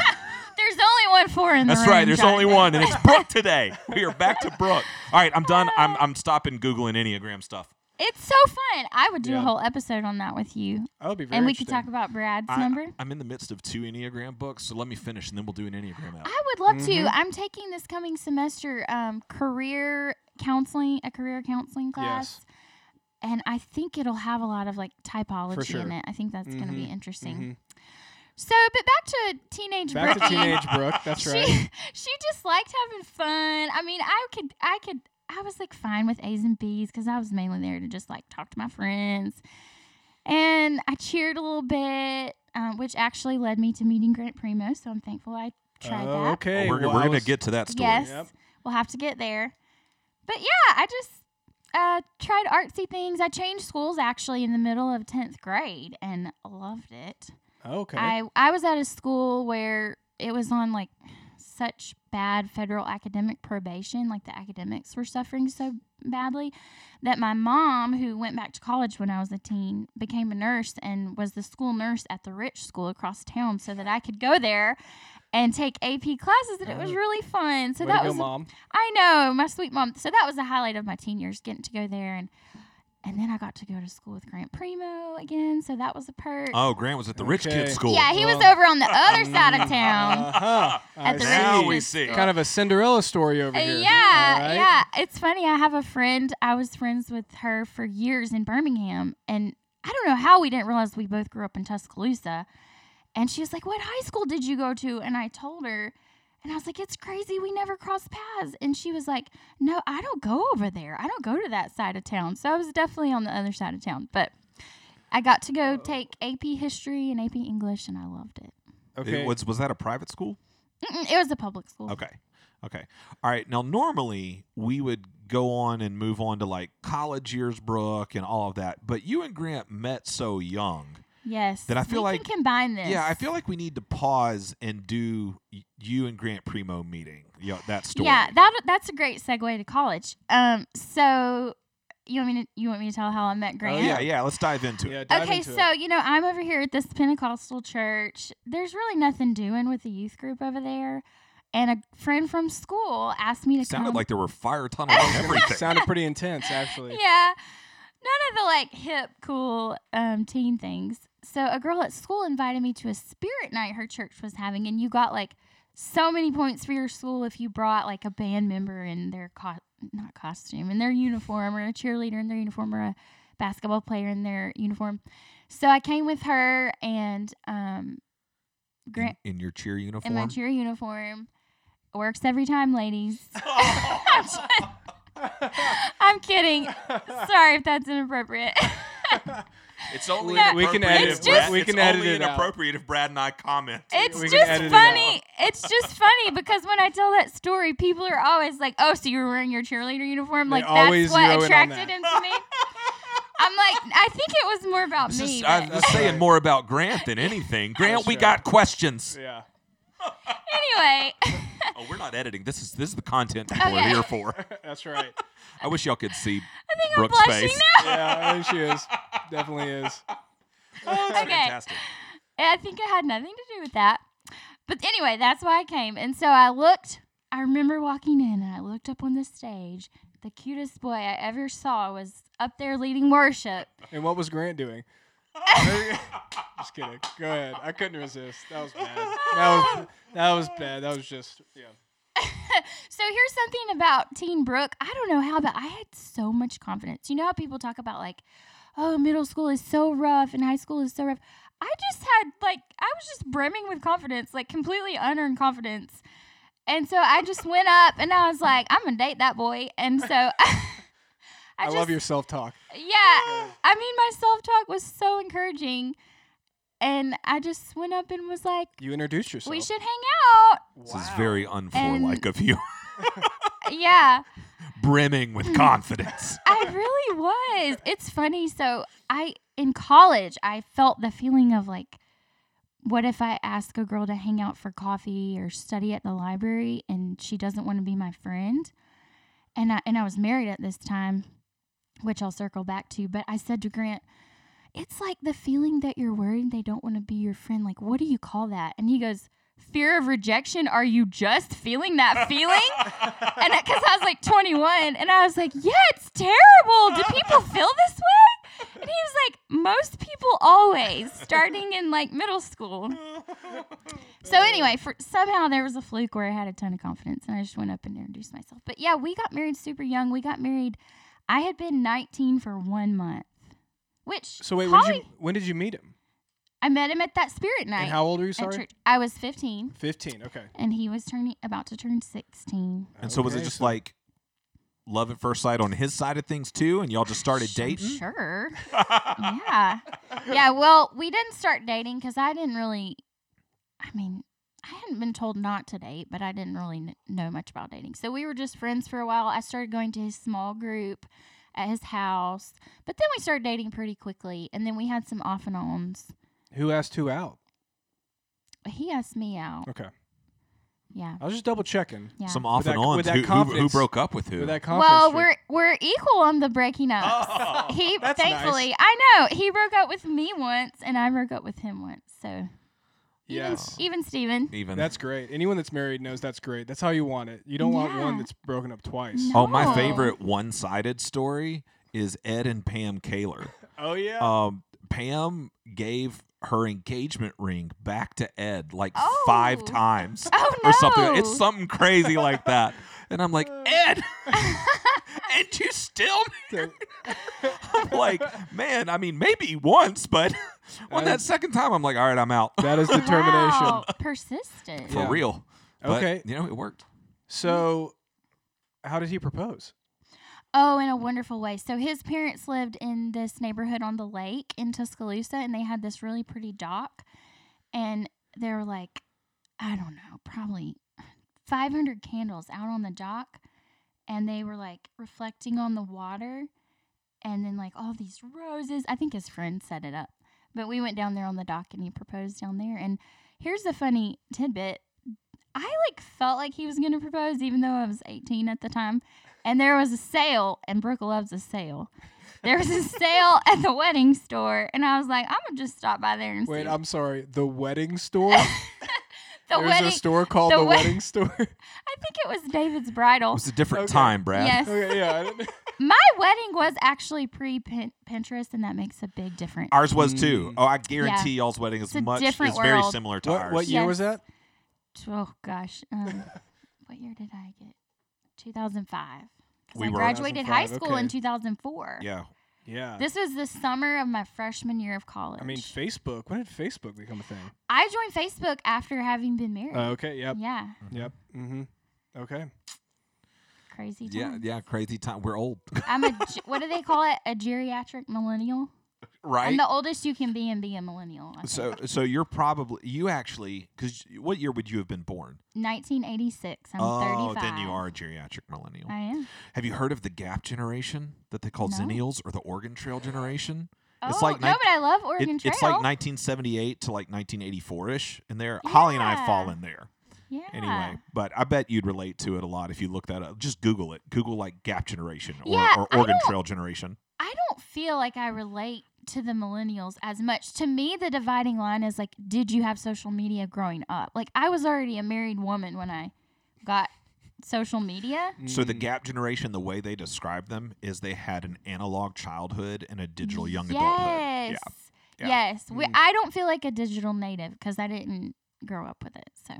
Speaker 3: There's only one four in the
Speaker 1: That's right.
Speaker 3: room,
Speaker 1: There's only
Speaker 3: Jonathan.
Speaker 1: one, and it's Brooke today. We are back to Brooke. All right, I'm done. I'm I'm stopping Googling Enneagram stuff.
Speaker 3: It's so fun. I would do a
Speaker 2: Yeah.
Speaker 3: whole episode on that with you,
Speaker 2: That would be very
Speaker 3: and we could talk
Speaker 2: interesting.
Speaker 3: about Brad's
Speaker 1: I,
Speaker 3: number.
Speaker 1: I'm in the midst of two Enneagram books, so let me finish and then we'll do an Enneagram out.
Speaker 3: I would love
Speaker 2: Mm-hmm.
Speaker 3: to. I'm taking this coming semester um, career counseling, a career counseling class.
Speaker 2: Yes.
Speaker 3: And I think it'll have a lot of like typology
Speaker 2: sure.
Speaker 3: in it. I think that's going to be interesting.
Speaker 2: Mhm.
Speaker 3: So, but back to teenage
Speaker 2: Back to
Speaker 3: Brookie.
Speaker 2: teenage Brooke. That's
Speaker 3: she
Speaker 2: right.
Speaker 3: she just liked having fun. I mean, I could I could I was like fine with A's and B's because I was mainly there to just like talk to my friends, and I cheered a little bit, um, which actually led me to meeting Grant Primo. So I'm thankful I tried
Speaker 2: Oh,
Speaker 3: that.
Speaker 2: okay.
Speaker 1: we're
Speaker 2: well,
Speaker 1: we're
Speaker 2: I
Speaker 1: gonna
Speaker 2: was-
Speaker 1: get to that story.
Speaker 3: Yes,
Speaker 2: Yep.
Speaker 3: we'll have to get there. But yeah, I just uh, tried artsy things. I changed schools actually in the middle of tenth grade and loved it.
Speaker 2: Okay.
Speaker 3: I I was at a school where it was on like such bad federal academic probation, like the academics were suffering so badly that my mom, who went back to college when I was a teen, became a nurse and was the school nurse at the rich school across town so that I could go there and take AP classes and it was
Speaker 2: Oh.
Speaker 3: really fun. So
Speaker 2: Way
Speaker 3: that
Speaker 2: to go,
Speaker 3: was a-
Speaker 2: mom.
Speaker 3: I know, my sweet mom. So that was the highlight of my teen years, getting to go there and and then I got to go to school with Grant Primo again, so that was a perk.
Speaker 1: Oh, Grant was at the rich kid
Speaker 2: Okay.
Speaker 1: school.
Speaker 3: Yeah, he was
Speaker 2: Well-
Speaker 3: over on the other side
Speaker 2: Mm-hmm.
Speaker 3: of town.
Speaker 2: Uh-huh. I
Speaker 3: at the
Speaker 2: see.
Speaker 1: now
Speaker 3: Rangers
Speaker 1: we see.
Speaker 3: School.
Speaker 2: Kind of a Cinderella story over
Speaker 3: Uh,
Speaker 2: here.
Speaker 3: yeah,
Speaker 2: All right.
Speaker 3: yeah. It's funny. I have a friend. I was friends with her for years in Birmingham, and I don't know how we didn't realize we both grew up in Tuscaloosa. And she was like, "What high school did you go to?" And I told her, and I was like, "It's crazy. We never crossed paths." And she was like, "No, I don't go over there. I don't go to that side of town." So I was definitely on the other side of town, but. I got to go take AP History and AP English, and I loved it.
Speaker 2: Okay.
Speaker 1: It was was that a private school?
Speaker 3: Mm-mm, Mm, it was a public school.
Speaker 1: Okay. Okay. All right. Now, normally we would go on and move on to like college years, Brooke, and all of that. But you and Grant met so young.
Speaker 3: Yes.
Speaker 1: Then I feel
Speaker 3: we
Speaker 1: like-
Speaker 3: can combine this.
Speaker 1: Yeah, I feel like we need to pause and do y- you and Grant Primo meeting. You know, that story.
Speaker 3: Yeah, that that's a great segue to college. Um, so you want me to you want me to tell how I met
Speaker 1: Oh,
Speaker 3: Grant?
Speaker 1: yeah, yeah. Let's dive into it.
Speaker 2: Yeah, dive
Speaker 3: Okay,
Speaker 2: into it.
Speaker 3: so you know I'm over here at this Pentecostal church. There's really nothing doing with the youth group over there, and a friend from school asked me to
Speaker 1: Sounded
Speaker 3: come.
Speaker 1: like there were fire tunnels and everything.
Speaker 2: Sounded pretty intense, actually.
Speaker 3: yeah, none of the like hip, cool um, teen things. So a girl at school invited me to a spirit night her church was having, and you got like so many points for your school if you brought like a band member in their co- not costume in their uniform or a cheerleader in their uniform or a basketball player in their uniform. So I came with her and um,
Speaker 1: In,
Speaker 3: Grant
Speaker 1: in your cheer
Speaker 3: in my
Speaker 1: uniform.
Speaker 3: cheer uniform. Works every time, ladies. I'm kidding. Sorry if that's inappropriate.
Speaker 1: it's only
Speaker 2: We- we can
Speaker 1: inappropriate
Speaker 3: edit
Speaker 1: if
Speaker 3: it.
Speaker 1: Brad-
Speaker 2: We
Speaker 1: it's
Speaker 2: can edit
Speaker 1: only
Speaker 2: it out.
Speaker 1: inappropriate if Brad and I comment.
Speaker 3: It's
Speaker 2: We can
Speaker 3: just
Speaker 2: edit it
Speaker 3: funny. it's just funny because when I tell that story, people are always like, "Oh, so you were wearing your cheerleader uniform?
Speaker 2: They
Speaker 3: Like
Speaker 2: always
Speaker 3: that's
Speaker 2: zero in
Speaker 3: what
Speaker 2: on
Speaker 3: attracted
Speaker 2: that.
Speaker 3: him to me." I'm like, I think it was more about
Speaker 1: This
Speaker 3: me.
Speaker 1: is, I'm
Speaker 3: but
Speaker 1: just saying more about Grant than anything. Grant,
Speaker 2: That's
Speaker 1: we
Speaker 2: right.
Speaker 1: got questions.
Speaker 2: Yeah.
Speaker 3: anyway,
Speaker 1: Oh, we're not editing. This is this is the content people
Speaker 3: people
Speaker 1: are
Speaker 3: are Okay.
Speaker 1: here
Speaker 3: here
Speaker 1: for.
Speaker 2: That's right.
Speaker 1: I wish y'all could see
Speaker 3: I think I'm
Speaker 1: Brooke's
Speaker 3: blushing
Speaker 1: face.
Speaker 3: now.
Speaker 2: Yeah, there she is. Definitely is.
Speaker 1: Oh, that's
Speaker 3: Okay.
Speaker 1: fantastic.
Speaker 3: And Eh, I think it had nothing to do with that. But anyway, that's why I came. And so I looked, I remember walking in and I looked up on the stage. The cutest boy I ever saw was up there leading worship.
Speaker 2: And what was Grant doing? just kidding. Go ahead. I couldn't resist. That was bad. That was that was bad. That was just yeah.
Speaker 3: So here's something about Teen Brooke. I don't know how, but I had so much confidence. You know how people talk about like, oh, middle school is so rough and high school is so rough. I just had like I was just brimming with confidence, like completely unearned confidence. And so I just went up and I was like, I'm gonna date that boy. And so I,
Speaker 2: I,
Speaker 3: just,
Speaker 2: love your self talk.
Speaker 3: Yeah. I mean my self talk was so encouraging. And I just went up and was like,
Speaker 2: You introduced yourself.
Speaker 3: we should hang out.
Speaker 1: This is very unfor-like
Speaker 3: And-
Speaker 1: of you,
Speaker 3: yeah.
Speaker 1: brimming
Speaker 3: Hmm.
Speaker 1: with confidence.
Speaker 3: I really was. It's funny. So I in college, I felt the feeling of like, what if I ask a girl to hang out for coffee or study at the library and she doesn't want to be my friend? And I and I was married at this time, which I'll circle back to. But I said to Grant. It's like the feeling that you're worried they don't want to be your friend. Like, what do you call that? And he goes, Fear of rejection. Are you just feeling that feeling? and because I was like 21, and I was like, yeah, it's terrible. Do people feel this way? And he was like, most people always, starting in like middle school. So anyway, for somehow there was a fluke where I had a ton of confidence, and I just went up and introduced myself. But yeah, we got married super young. We got married. I had been 19 for one month, which
Speaker 2: So wait, when
Speaker 3: probably,
Speaker 2: did you when did you meet him?
Speaker 3: I met him at that Spirit Night
Speaker 2: And how old are you?
Speaker 3: at
Speaker 2: Sorry,
Speaker 3: church. I was 15,
Speaker 2: fifteen. Okay.
Speaker 3: and he was turning about to turn 16.
Speaker 1: And so was it
Speaker 2: Okay,
Speaker 1: just
Speaker 2: so-
Speaker 1: like love at first sight on his side of things too, and y'all just started
Speaker 3: I'm
Speaker 1: dating?
Speaker 3: Sure. yeah. Yeah. Well, we didn't start dating because I didn't really, I mean, I hadn't been told not to date, but I didn't really kn- know much about dating. So we were just friends for a while. I started going to his small group at his house, but then we started dating pretty quickly. And then we had some off and ons.
Speaker 2: who asked who out?
Speaker 3: He asked me out.
Speaker 2: Okay.
Speaker 3: Yeah.
Speaker 2: I was just double checking.
Speaker 3: Yeah.
Speaker 1: Some off
Speaker 2: With
Speaker 1: and
Speaker 2: that-
Speaker 1: on.
Speaker 2: with that
Speaker 1: Who, who, who
Speaker 2: confidence.
Speaker 1: broke up with who?
Speaker 2: With that conference.
Speaker 3: Well,
Speaker 2: trip.
Speaker 3: we're we're equal on the breaking up.
Speaker 1: Oh.
Speaker 3: he
Speaker 2: that's nice.
Speaker 3: thankfully, I know he broke up with me once, and I broke up with him once. So
Speaker 2: yeah.
Speaker 3: Even Steven.
Speaker 1: Even
Speaker 2: That's great. Anyone that's married knows that's great. That's how you want it. You don't want one
Speaker 3: Yeah.
Speaker 2: that's broken up twice.
Speaker 3: No.
Speaker 1: oh, my
Speaker 3: Oh.
Speaker 1: favorite one-sided story is Ed and Pam Kaler.
Speaker 2: Oh yeah.
Speaker 1: um, Pam gave her engagement ring back to Ed like
Speaker 3: Oh.
Speaker 1: five times
Speaker 3: Oh no.
Speaker 1: or something. It's something crazy like that. And I'm
Speaker 2: Uh.
Speaker 1: like, Ed, and you still I'm like, man, I mean, maybe once, but
Speaker 2: Uh,
Speaker 1: on that second time, I'm like, all right, I'm out
Speaker 2: that is determination.
Speaker 3: Wow, persistent.
Speaker 1: for
Speaker 2: Yeah.
Speaker 1: real. But,
Speaker 2: Okay.
Speaker 1: you know, it worked.
Speaker 2: So, how did he propose?
Speaker 3: Oh, in a wonderful way. So his parents lived in this neighborhood on the lake in Tuscaloosa, and they had this really pretty dock. And they were like, I don't know, probably 500 candles out on the dock, and they were like reflecting on the water, and then like all these roses. I think his friend set it up, but we went down there on the dock, and he proposed down there. And here's a funny tidbit. I like felt like he was gonna propose, even though I was 18 at the time. And there was a sale, and Brooke loves a sale. There was a sale at the wedding store, and I was like, I'm gonna just stop by there and
Speaker 2: Wait,
Speaker 3: see.
Speaker 2: I'm sorry. The wedding store.
Speaker 3: the
Speaker 2: There's
Speaker 3: wedding.
Speaker 2: a store called the,
Speaker 3: the wed-
Speaker 2: wedding store.
Speaker 3: I think it was David's
Speaker 1: It
Speaker 3: bridal.
Speaker 1: was a different
Speaker 2: Okay.
Speaker 1: time, Brad.
Speaker 3: Yes.
Speaker 2: okay, yeah. I didn't-
Speaker 3: My wedding was actually pre Pinterest, and that makes a big difference.
Speaker 1: Ours was too.
Speaker 2: Mm.
Speaker 1: Oh, I guarantee y'all's wedding is
Speaker 3: It's a
Speaker 1: much is
Speaker 3: different
Speaker 1: very
Speaker 3: world.
Speaker 1: similar to
Speaker 2: What,
Speaker 1: ours.
Speaker 2: what year was
Speaker 3: Yes.
Speaker 2: that?
Speaker 3: oh gosh, um, what year did I get? 2005. 'Cause
Speaker 1: We
Speaker 3: I
Speaker 1: were-
Speaker 3: graduated high
Speaker 2: 2005,
Speaker 3: school in
Speaker 2: okay.
Speaker 3: 2004.
Speaker 1: Yeah.
Speaker 2: Yeah.
Speaker 3: This was the summer of my freshman year of college.
Speaker 2: I mean, Facebook. When did Facebook become a thing?
Speaker 3: I joined Facebook after having been married.
Speaker 2: Uh, okay. Yep.
Speaker 3: Yeah,
Speaker 2: Yep. Mm-hmm. Okay.
Speaker 3: crazy.
Speaker 1: Yeah,
Speaker 3: Time.
Speaker 1: yeah, crazy time. We're old,
Speaker 3: I'm a ge- what do they call it? A geriatric millennial.
Speaker 1: right?
Speaker 3: I'm the oldest you can be and be a millennial. I think.
Speaker 1: So, so you're probably you actually because what year would you have been born?
Speaker 3: 1986. I'm
Speaker 1: oh,
Speaker 3: 35.
Speaker 1: then you are a geriatric millennial.
Speaker 3: I am.
Speaker 1: have you heard of the Gap generation that they call
Speaker 3: No.
Speaker 1: Zennials or the Oregon Trail generation?
Speaker 3: Oh,
Speaker 1: It's like
Speaker 3: no,
Speaker 1: nin-
Speaker 3: but I love
Speaker 1: It-
Speaker 3: Oregon Trail.
Speaker 1: it's like 1978 to like 1984 ish in there. Holly and I fall
Speaker 3: Yeah.
Speaker 1: in there
Speaker 3: yeah.
Speaker 1: anyway, but I bet you'd relate to it a lot if you look that up. Just Google it. Google like Gap generation or,
Speaker 3: Yeah,
Speaker 1: or
Speaker 3: I
Speaker 1: Oregon
Speaker 3: don't-
Speaker 1: Trail generation.
Speaker 3: I don't feel like I relate to the millennials as much. To me, the dividing line is like, did you have social media growing up? Like, I was already a married woman when I got social media.
Speaker 1: So the gap generation, the way they describe them is they had an analog childhood and a digital young adulthood.
Speaker 3: yes.
Speaker 1: Yeah. Yeah. Mm.
Speaker 3: Yes. We, I don't feel like a digital native because I didn't grow up with it. So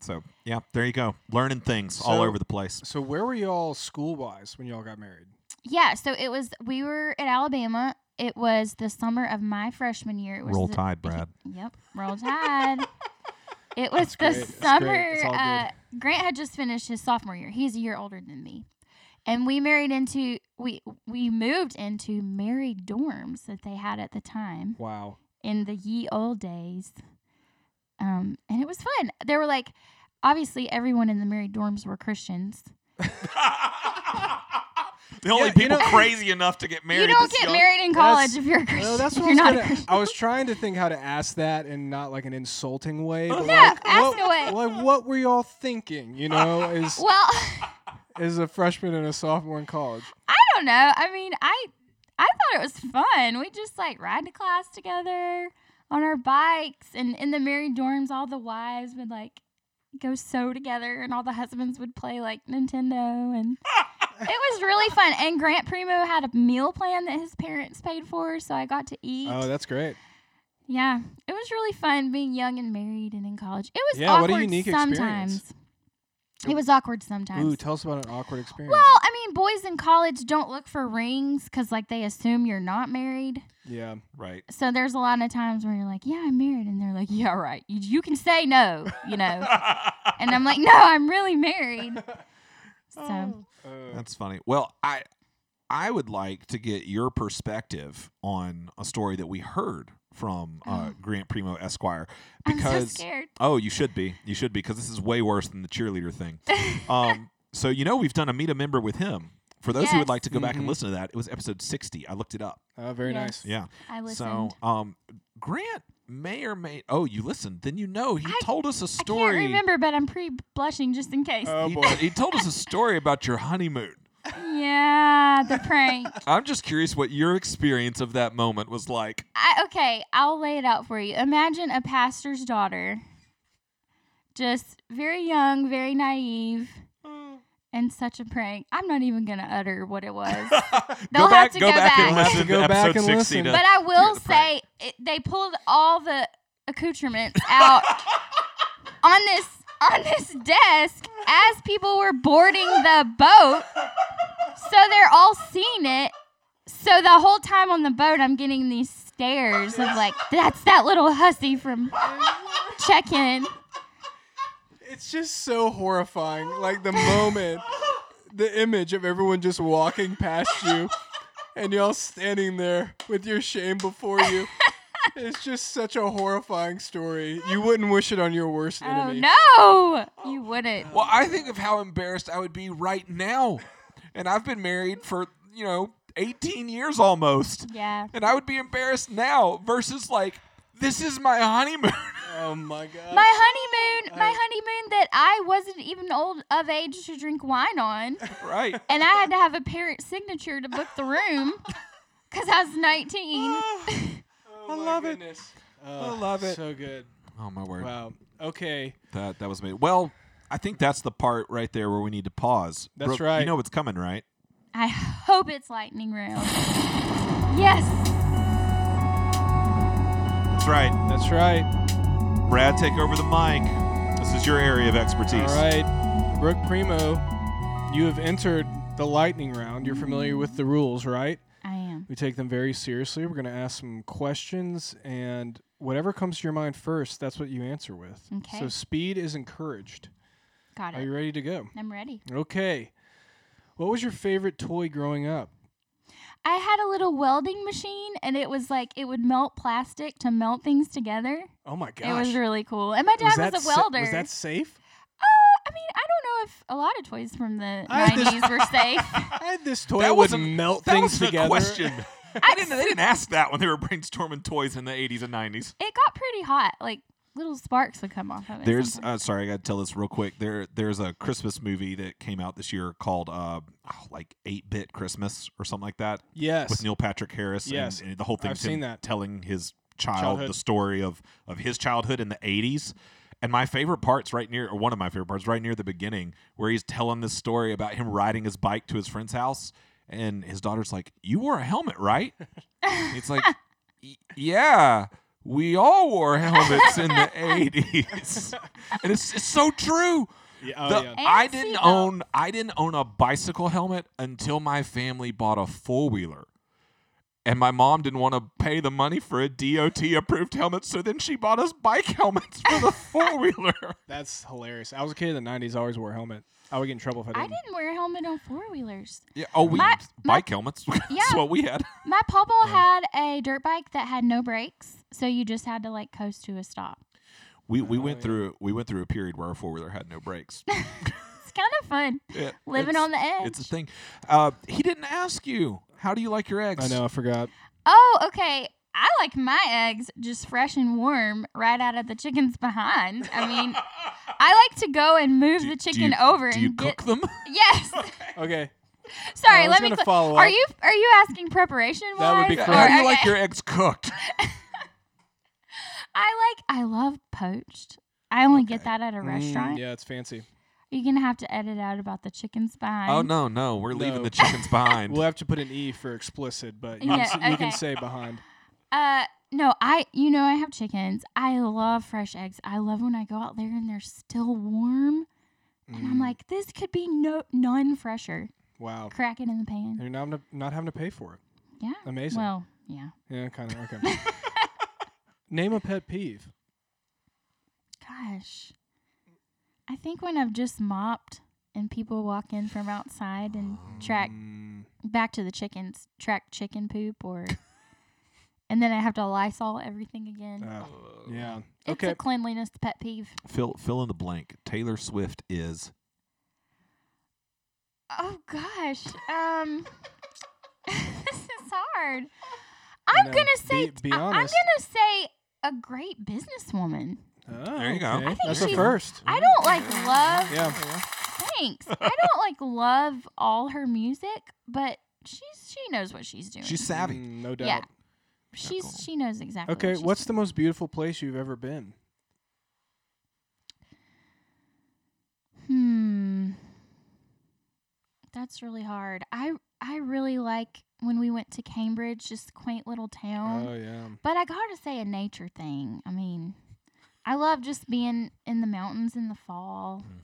Speaker 1: So yeah, there you go. Learning things all
Speaker 2: So-
Speaker 1: over the place.
Speaker 2: So where were y'all school wise when y'all got married?
Speaker 3: yeah. So it was. We were at Alabama. It was the summer of my freshman year. It was
Speaker 1: Roll
Speaker 3: the-
Speaker 1: Tide, Brad.
Speaker 3: Yep. Roll Tide. it was
Speaker 2: great,
Speaker 3: the
Speaker 2: that's great,
Speaker 3: summer.
Speaker 2: it's all good.
Speaker 3: Uh, Grant had just finished his sophomore year. He's a year older than me. And we married into we we moved into married dorms that they had at the time.
Speaker 2: Wow.
Speaker 3: in the ye old days. Um, and it was fun. There were like, obviously, everyone in the married dorms were Christians.
Speaker 1: the only
Speaker 2: Yeah, you
Speaker 1: people
Speaker 2: know-
Speaker 1: crazy enough to get married.
Speaker 3: you don't
Speaker 1: this
Speaker 3: get
Speaker 1: young-
Speaker 3: married in
Speaker 2: That's-
Speaker 3: college if you're a Christian.
Speaker 2: No, that's what
Speaker 3: you're
Speaker 2: I was
Speaker 3: not a
Speaker 2: gonna-
Speaker 3: Christian.
Speaker 2: I was trying to think how to ask that in not like an insulting way. But
Speaker 3: Yeah,
Speaker 2: like,
Speaker 3: ask
Speaker 2: what,
Speaker 3: away.
Speaker 2: Like, what were y'all thinking? You know, is
Speaker 3: Well,
Speaker 2: is a freshman and a sophomore in college?
Speaker 3: I don't know. I mean, I I thought it was fun. We just like ride to class together on our bikes, and in the married dorms, all the wives would like go sew together, and all the husbands would play like Nintendo, and it was really fun. And Grant Primo had a meal plan that his parents paid for, so I got to eat.
Speaker 2: Oh, that's great.
Speaker 3: yeah, it was really fun being young and married and in college. It was
Speaker 2: Yeah,
Speaker 3: awkward
Speaker 2: what a unique experience.
Speaker 3: sometimes. It was awkward sometimes.
Speaker 2: Ooh, tell us about an awkward experience.
Speaker 3: Well, I mean, boys in college don't look for rings because, like, they assume you're not married.
Speaker 2: yeah.
Speaker 1: Right.
Speaker 3: So there's a lot of times where you're like, "Yeah, I'm married," and they're like, "Yeah, right. You, you can say no, you know." and I'm like, "No, I'm really married." So
Speaker 2: Uh,
Speaker 1: That's funny. Well, I I would like to get your perspective on a story that we heard from uh, Grant Primo Esquire
Speaker 3: Oh. I'm
Speaker 1: because
Speaker 3: so scared.
Speaker 1: oh, you should be, you should be because this is way worse than the cheerleader thing. Um, so you know we've done a meet a member with him. For those who would
Speaker 3: Yes.
Speaker 1: like to go back and
Speaker 2: Mhm.
Speaker 1: listen to that, it was episode sixty. I looked it up.
Speaker 2: uh, very
Speaker 3: Yes.
Speaker 2: nice.
Speaker 1: Yeah.
Speaker 3: I
Speaker 1: So,
Speaker 3: listened.
Speaker 1: um, Grant may or may oh, you listened. Then you know he
Speaker 3: I-
Speaker 1: told us a
Speaker 3: I can't
Speaker 1: story. Uh.
Speaker 3: remember, but I'm pretty blushing just in case.
Speaker 2: Oh
Speaker 1: he,
Speaker 2: boy.
Speaker 1: he told us a story about your honeymoon.
Speaker 3: yeah, the prank.
Speaker 1: I'm just curious what your experience of that moment was like.
Speaker 3: I, okay, I'll lay it out for you. Imagine a pastor's daughter, just very young, very naive, and such a prank. I'm not even going to utter what it was.
Speaker 1: go
Speaker 3: They'll
Speaker 1: back,
Speaker 3: have to
Speaker 1: go
Speaker 3: go
Speaker 1: back, and
Speaker 2: back. They'll have to
Speaker 1: listen
Speaker 2: go
Speaker 1: to
Speaker 2: back
Speaker 1: episode
Speaker 2: and
Speaker 1: 60 to-
Speaker 2: listen.
Speaker 3: but I will
Speaker 1: the prank.
Speaker 3: say it, they pulled all the accoutrements out on this on this desk as people were boarding the boat. So they're all seeing it. So the whole time on the boat, I'm getting these stares of like, that's that little hussy from check-in.
Speaker 2: It's just so horrifying. Like the moment, the image of everyone just walking past you and y'all standing there with your shame before you. It's just such a horrifying story. You wouldn't wish it on your worst enemy.
Speaker 3: Oh no, you wouldn't.
Speaker 1: Well, I think of how embarrassed I would be right now, and I've been married for you know 18 years almost,
Speaker 3: Yeah.
Speaker 1: and I would be embarrassed now versus like this is my honeymoon.
Speaker 2: Oh my god.
Speaker 3: My honeymoon, my honeymoon that I wasn't even old of age to drink wine on.
Speaker 1: right.
Speaker 3: and I had to have a parent signature to book the room because I was 19.
Speaker 2: oh
Speaker 1: I love it.
Speaker 2: it. I
Speaker 1: love it.
Speaker 2: So good.
Speaker 1: Oh my word.
Speaker 2: Wow. Okay.
Speaker 1: That that was me. Well, I think that's the part right there where we need to pause.
Speaker 2: That's
Speaker 1: Brooke, You
Speaker 2: right.
Speaker 1: know what's coming, right?
Speaker 3: I hope it's lightning round. Yes.
Speaker 1: That's right.
Speaker 2: That's right.
Speaker 1: Brad, take over the mic. This is your area of expertise.
Speaker 2: All right. Brooke Primo, you have entered the lightning round. You're familiar with the rules, right?
Speaker 3: I am.
Speaker 2: We take them very seriously. We're going to ask some questions, and whatever comes to your mind first, that's what you answer with.
Speaker 3: Okay.
Speaker 2: So speed is encouraged.
Speaker 3: Got
Speaker 2: Are you
Speaker 3: it.
Speaker 2: ready to go?
Speaker 3: I'm ready.
Speaker 2: Okay. What was your favorite toy growing up?
Speaker 3: I had a little welding machine and it was like it would melt plastic to melt things together.
Speaker 2: Oh my
Speaker 3: It
Speaker 2: gosh.
Speaker 3: was really cool. And my dad was,
Speaker 2: that
Speaker 3: a
Speaker 2: sa-
Speaker 3: welder. Uh,
Speaker 2: was that safe?
Speaker 3: I mean, I don't know if a lot of toys from the
Speaker 2: I had this-
Speaker 3: 90s were safe.
Speaker 2: I had this toy
Speaker 1: That
Speaker 2: would
Speaker 1: wasn't-
Speaker 2: melt
Speaker 1: That
Speaker 2: things
Speaker 1: was the
Speaker 2: together.
Speaker 1: question. I didn't, they didn't ask that when they were brainstorming toys in the 80s and 90s.
Speaker 3: It got pretty hot. Like little sparks would come off of it.
Speaker 1: There's
Speaker 3: sometimes.
Speaker 1: uh, sorry, I got to tell this real quick. There there's a Christmas movie that came out this year called uh oh, like 8-bit Christmas or something like that
Speaker 2: Yes.
Speaker 1: with Neil Patrick Harris and-
Speaker 2: Yes.
Speaker 1: and, the whole thing's
Speaker 2: I've
Speaker 1: him
Speaker 2: seen that.
Speaker 1: telling his child the
Speaker 2: Childhood.
Speaker 1: story of of his childhood in the 80s. And my favorite part's right near, or one of my favorite parts, right near the beginning, where he's telling this story about him riding his bike to his friend's house, and his daughter's like, "You wore a helmet, right?" And it's like, "Y- "Yeah, we all wore helmets in the '80s," and it's, it's so true.
Speaker 2: Yeah, oh,
Speaker 1: The-
Speaker 2: yeah.
Speaker 3: And
Speaker 1: I didn't
Speaker 3: seatbelt.
Speaker 1: own I didn't own a bicycle helmet until my family bought a four wheeler. And my mom didn't want to pay the money for a DOT approved helmet, so then she bought us bike helmets for the four wheeler.
Speaker 2: That's hilarious. I was a kid in the 90s. I always wore a helmet. I would get in trouble if I
Speaker 3: I
Speaker 2: didn't.
Speaker 3: didn't wear a helmet on four wheelers.
Speaker 1: Yeah, oh, we
Speaker 3: My- my-
Speaker 1: bike helmets. That's what we had.
Speaker 3: My pawpaw had a dirt bike that had no brakes, so you just had to like coast to a stop.
Speaker 1: We we went
Speaker 2: yeah.
Speaker 1: through we went through a period where our four wheeler had no brakes.
Speaker 3: It's kind of fun
Speaker 1: Yeah,
Speaker 3: living
Speaker 1: it's-
Speaker 3: on the edge.
Speaker 1: It's a thing. Uh, he didn't ask you. How do you like your eggs?
Speaker 2: I know. I forgot.
Speaker 3: Oh, okay. I like my eggs just fresh and warm right out of the chicken's behind. I mean, I like to go and move
Speaker 1: Do-
Speaker 3: the
Speaker 1: do
Speaker 3: chicken
Speaker 1: you-
Speaker 3: over
Speaker 1: Do
Speaker 3: and
Speaker 1: you
Speaker 3: get
Speaker 1: cook them?
Speaker 3: Yes.
Speaker 2: Okay. I
Speaker 3: Sorry,
Speaker 2: was
Speaker 3: let me
Speaker 2: gonna
Speaker 3: cl-
Speaker 2: follow
Speaker 3: Are
Speaker 2: up.
Speaker 3: you are you asking preparation wise?
Speaker 2: That would be
Speaker 3: or-
Speaker 2: correct.
Speaker 1: How do you like
Speaker 3: okay.
Speaker 1: your eggs cooked?
Speaker 3: I like I love poached. I only get
Speaker 1: Okay.
Speaker 3: that at a
Speaker 1: Mm,
Speaker 3: restaurant.
Speaker 2: Yeah, it's fancy.
Speaker 3: You're gonna have to edit out about the chicken spine.
Speaker 1: Oh no, no, we're leaving
Speaker 2: No.
Speaker 1: the chickens behind.
Speaker 2: We'll have to put an E for explicit, but you, can,
Speaker 3: Yeah,
Speaker 2: s- you
Speaker 3: okay.
Speaker 2: can say behind.
Speaker 3: Uh, no, I you know I have chickens. I love fresh eggs. I love when I go out there and they're still warm, and I'm
Speaker 2: Mm, Oh.
Speaker 3: like, this could be no none fresher.
Speaker 2: wow.
Speaker 3: Crack it in the pan.
Speaker 2: You're not, not having to pay for it.
Speaker 3: Yeah.
Speaker 2: Amazing.
Speaker 3: Well, yeah.
Speaker 2: yeah, kind of. Okay. Name a pet peeve.
Speaker 3: Gosh, I think when I've just mopped and people walk in from outside and track
Speaker 2: Mm,
Speaker 3: back to the chickens, track chicken poop or. And then I have to Lysol everything again.
Speaker 2: uh,
Speaker 1: Oh.
Speaker 2: yeah.
Speaker 3: it's
Speaker 2: Okay.
Speaker 3: a cleanliness pet peeve.
Speaker 1: Fill fill in the blank. Taylor Swift is
Speaker 3: Oh gosh. Um this is hard.
Speaker 2: I
Speaker 3: I'm
Speaker 2: know.
Speaker 3: gonna say
Speaker 2: Be- be
Speaker 3: I- I'm gonna
Speaker 2: honest.
Speaker 3: say a great businesswoman.
Speaker 2: Oh,
Speaker 1: There you go.
Speaker 2: okay.
Speaker 1: I think
Speaker 2: That's a
Speaker 3: she's-
Speaker 2: first.
Speaker 3: I don't like love
Speaker 2: Yeah.
Speaker 3: thanks. I don't like love all her music, but she's she knows what she's doing.
Speaker 1: she's savvy.
Speaker 2: Mm, no doubt.
Speaker 3: yeah. She's
Speaker 1: cool.
Speaker 3: she knows exactly.
Speaker 2: Okay,
Speaker 3: what she's
Speaker 2: what's the
Speaker 3: doing.
Speaker 2: most beautiful place you've ever been?
Speaker 3: Hmm. That's really hard. I I really like when we went to Cambridge, just quaint little town.
Speaker 2: oh yeah.
Speaker 3: But I gotta say a nature thing. I mean, I love just being in the mountains in the fall.
Speaker 1: Mm.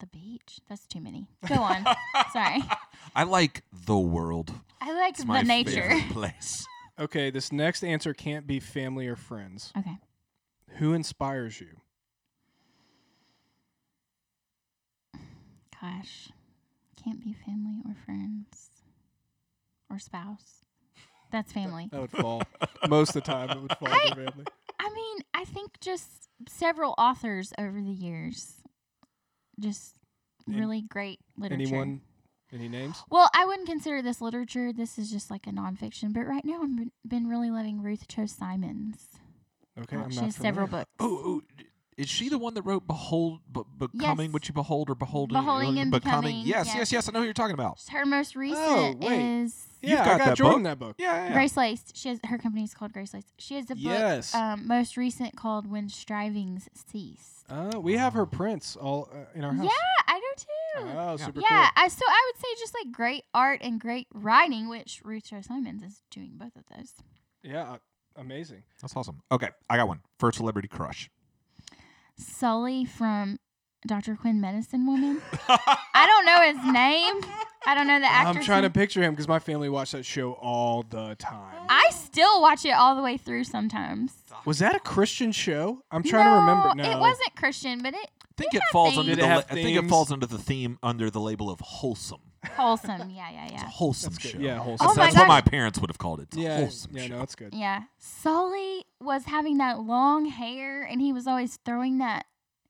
Speaker 3: The beach. That's too many. Go on. Sorry.
Speaker 1: I like the world.
Speaker 3: I like
Speaker 1: It's
Speaker 3: the
Speaker 1: my
Speaker 3: nature.
Speaker 1: favorite place.
Speaker 2: Okay, this next answer can't be family or friends.
Speaker 3: Okay.
Speaker 2: Who inspires you?
Speaker 3: Gosh. Can't be family or friends or spouse. That's family.
Speaker 2: That would fall. Most of the time, it would fall to family.
Speaker 3: I mean, I think just several authors over the years. Just
Speaker 2: An-
Speaker 3: really great literature.
Speaker 2: Anyone? Any names?
Speaker 3: Well, I wouldn't consider this literature. This is just like a nonfiction. But right now, I've been- been really loving Ruth Cho Simons.
Speaker 2: Okay,
Speaker 3: Uh,
Speaker 2: I'm
Speaker 3: she
Speaker 2: not
Speaker 3: has several
Speaker 2: familiar.
Speaker 3: books.
Speaker 1: Oh, oh, d- is she the one that wrote "Behold, be- becoming
Speaker 3: Yes.
Speaker 1: what you behold, or beholding,
Speaker 3: Beholding and Becoming,
Speaker 1: Yes,
Speaker 3: yeah.
Speaker 1: yes, yes. I know who you're talking about.
Speaker 3: Her most recent
Speaker 2: Oh, wait.
Speaker 3: is
Speaker 1: You've
Speaker 2: Yeah,
Speaker 1: got
Speaker 2: I got
Speaker 1: that book?
Speaker 2: Jordan that book.
Speaker 1: Yeah, yeah.
Speaker 3: Grace Laced. She has her company is called Grace Laced. She has a book
Speaker 2: Yes.
Speaker 3: um, most recent called When Strivings Cease.
Speaker 2: Uh, we have her prints all uh, in our house.
Speaker 3: Yeah, I do too.
Speaker 2: Oh, super
Speaker 3: yeah, I so I would say just like great art and great writing, which Ruth Cho Simons is doing both of those.
Speaker 2: cool. Yeah, uh, amazing.
Speaker 1: That's awesome. Okay, I got one. First celebrity crush.
Speaker 3: Sully from Dr. Quinn Medicine Woman. I don't know his name. I don't know the actor.
Speaker 2: I'm trying to picture him because my family watched that show all the time.
Speaker 3: I still watch it all the way through sometimes.
Speaker 2: Was that a Christian show? I'm trying to remember. No,
Speaker 3: it wasn't Christian, but it
Speaker 1: I think
Speaker 3: Did
Speaker 1: it
Speaker 3: it have
Speaker 1: falls
Speaker 3: themes?
Speaker 1: under
Speaker 2: Did
Speaker 1: the.
Speaker 2: it
Speaker 1: la-
Speaker 2: have
Speaker 1: I think it
Speaker 2: themes?
Speaker 1: falls under the theme under the label of wholesome.
Speaker 3: wholesome. Yeah, yeah,
Speaker 1: It's a
Speaker 3: yeah,
Speaker 1: wholesome
Speaker 2: good.
Speaker 1: show.
Speaker 2: Yeah, wholesome.
Speaker 1: That's,
Speaker 3: Oh my
Speaker 1: that's what
Speaker 3: gosh.
Speaker 1: my parents would have called it. It's a
Speaker 2: Yeah,
Speaker 1: wholesome
Speaker 2: yeah,
Speaker 1: show.
Speaker 2: no, that's good.
Speaker 3: yeah. Sully was having that long hair, and he was always throwing that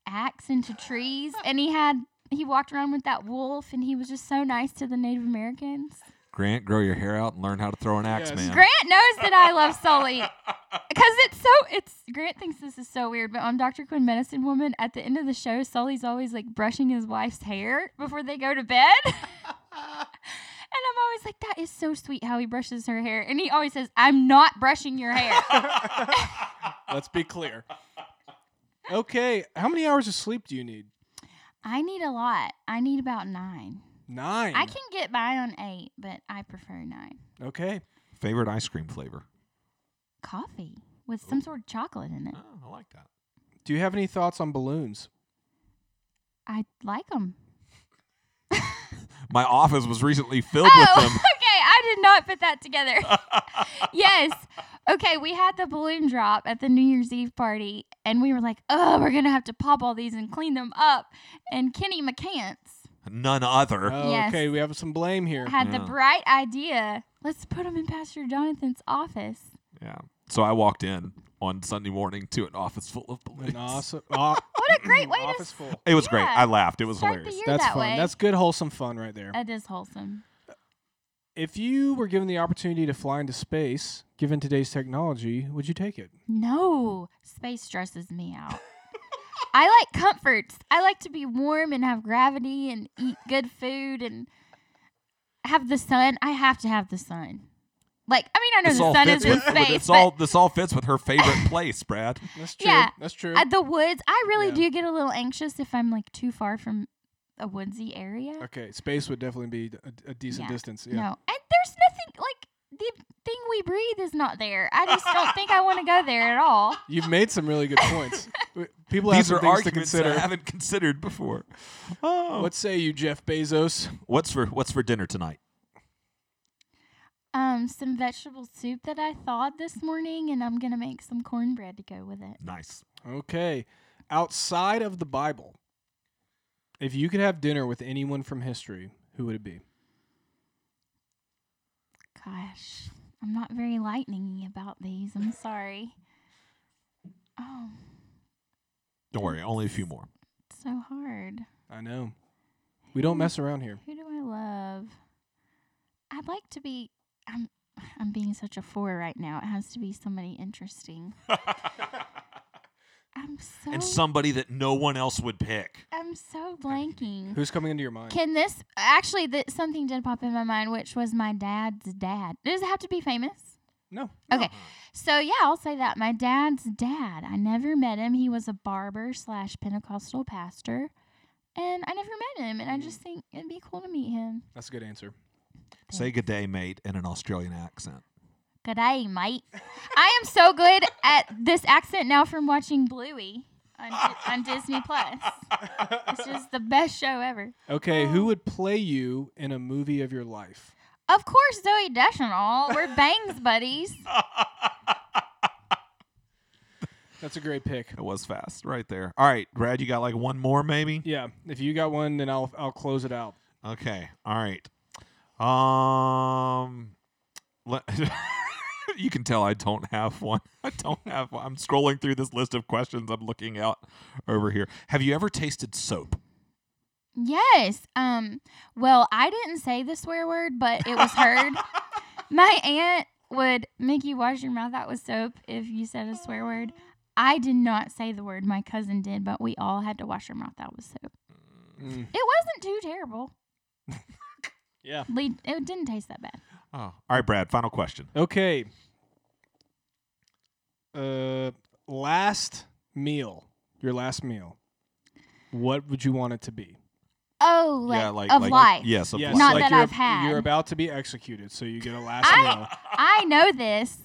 Speaker 3: axe into trees, and he had. He walked around with that wolf, and he was just so nice to the Native Americans.
Speaker 1: Grant, grow your hair out and learn how to throw an axe,
Speaker 2: Yes.
Speaker 1: man.
Speaker 3: Grant knows that I love Sully because it's so. It's Grant thinks this is so weird, but on Doctor Quinn Medicine Woman, at the end of the show, Sully's always like brushing his wife's hair before they go to bed, and I'm always like, that is so sweet how he brushes her hair, and he always says, "I'm not brushing your hair."
Speaker 2: Let's be clear. Okay, how many hours of sleep do you need?
Speaker 3: I need a lot. I need about nine.
Speaker 2: Nine.
Speaker 3: I can get by on eight, but I prefer nine.
Speaker 2: Okay.
Speaker 1: Favorite ice cream flavor?
Speaker 3: Coffee with some sort of chocolate in it.
Speaker 1: Oh, I like that.
Speaker 2: Do you have any thoughts on balloons?
Speaker 3: I like them.
Speaker 1: My office was recently filled
Speaker 3: Oh,
Speaker 1: with them.
Speaker 3: okay. I did not put that together. yes. Okay, we had the balloon drop at the New Year's Eve party, and we were like, oh, we're going to have to pop all these and clean them up. And Kenny McCants
Speaker 1: None other.
Speaker 2: Oh,
Speaker 3: Yes.
Speaker 2: okay, we have some blame here.
Speaker 3: had
Speaker 1: Yeah.
Speaker 3: the bright idea let's put them in Pastor Jonathan's office.
Speaker 1: Yeah. So I walked in on Sunday morning to an office full of balloons.
Speaker 2: An awesome, aw-
Speaker 3: What a great way to
Speaker 2: office
Speaker 3: s-
Speaker 2: full.
Speaker 1: It was great.
Speaker 3: Yeah.
Speaker 1: I laughed. It Mm, was
Speaker 3: Start the
Speaker 1: hilarious.
Speaker 3: year-
Speaker 2: That's
Speaker 3: that
Speaker 2: fun.
Speaker 3: way.
Speaker 2: That's good, wholesome fun right there.
Speaker 3: That is wholesome.
Speaker 2: If you were given the opportunity to fly into space, given today's technology, would you take it?
Speaker 3: No, space stresses me out. I like comforts. I like to be warm and have gravity and eat good food and have the sun. I have to have the sun. Like, I mean, I know
Speaker 1: This
Speaker 3: the
Speaker 1: all
Speaker 3: sun
Speaker 1: fits
Speaker 3: is in
Speaker 1: with- with-
Speaker 3: space,
Speaker 1: It's
Speaker 3: but
Speaker 1: all this all fits with her favorite place, Brad.
Speaker 2: That's true.
Speaker 3: Yeah.
Speaker 2: That's true.
Speaker 3: at uh, the woods, I really
Speaker 2: Yeah.
Speaker 3: do get a little anxious if I'm like too far from a woodsy area.
Speaker 2: okay, space would definitely be d- a, a decent
Speaker 3: Yeah.
Speaker 2: distance. Yeah.
Speaker 3: No, and there's nothing like the thing we breathe is not there. I just don't think I want to go there at all.
Speaker 2: You've made some really good points. W- People have
Speaker 1: These
Speaker 2: some
Speaker 1: are
Speaker 2: things to
Speaker 1: arguments I
Speaker 2: consider.
Speaker 1: haven't considered before. Oh,
Speaker 2: What say you, Jeff Bezos?
Speaker 1: what's for what's for dinner tonight?
Speaker 3: Um, some vegetable soup that I thawed this morning, and I'm gonna make some cornbread to go with it.
Speaker 1: Nice.
Speaker 2: Okay. Outside of the Bible, if you could have dinner with anyone from history, who would it be?
Speaker 3: Gosh, I'm not very lightningy about these. I'm sorry. Oh,
Speaker 1: Don't worry, only a few more.
Speaker 3: it's so hard.
Speaker 2: I know. We don't mess around here.
Speaker 3: Who do I love? I'd like to be. I'm. I'm being such a four right now. It has to be somebody interesting. I'm so.
Speaker 1: And somebody that no one else would pick.
Speaker 3: I'm so blanking.
Speaker 2: Who's coming into your mind?
Speaker 3: Can this actually? That something did pop in my mind, which was my dad's dad. Does it have to be famous?
Speaker 2: No.
Speaker 3: Okay.
Speaker 1: Uh-huh.
Speaker 3: So yeah, I'll say that. My dad's dad. I never met him. He was a barber slash Pentecostal pastor. And I never met him, and I just think it'd be cool to meet him.
Speaker 2: That's a good answer.
Speaker 1: Say good day, mate, in an Australian accent.
Speaker 3: Good day, mate. I am so good at this accent now from watching Bluey on, Di- on Disney Plus. It's just the best show ever.
Speaker 2: Okay,
Speaker 3: Um,
Speaker 2: who would play you in a movie of your life?
Speaker 3: Of course, Zoe Deschanel. We're bangs buddies.
Speaker 2: That's a great pick.
Speaker 1: It was fast, right there. All right, Brad, you got like one more, maybe.
Speaker 2: Yeah, if you got one, then I'll I'll close it out.
Speaker 1: Okay. All right. Um. Let, you can tell I don't have one. I don't have one. I'm scrolling through this list of questions I'm looking out over here. Have you ever tasted soap?
Speaker 3: Yes. Um. Well, I didn't say the swear word, but it was heard. My aunt would make you wash your mouth out with soap if you said a swear word. I did not say the word. My cousin did, but we all had to wash our mouth out with soap.
Speaker 2: Mm.
Speaker 3: It wasn't too terrible.
Speaker 2: Yeah.
Speaker 3: Le- It didn't taste that bad.
Speaker 1: Oh. All right, Brad, final question.
Speaker 2: Okay. Uh, last meal. Your last meal. What would you want it to be?
Speaker 3: Oh, like, of life.
Speaker 1: Yes, of
Speaker 2: Yes,
Speaker 1: life.
Speaker 3: Not that
Speaker 2: you're,
Speaker 3: I've had.
Speaker 2: You're about to be executed, so you get a last
Speaker 3: I-
Speaker 2: meal.
Speaker 3: I know this,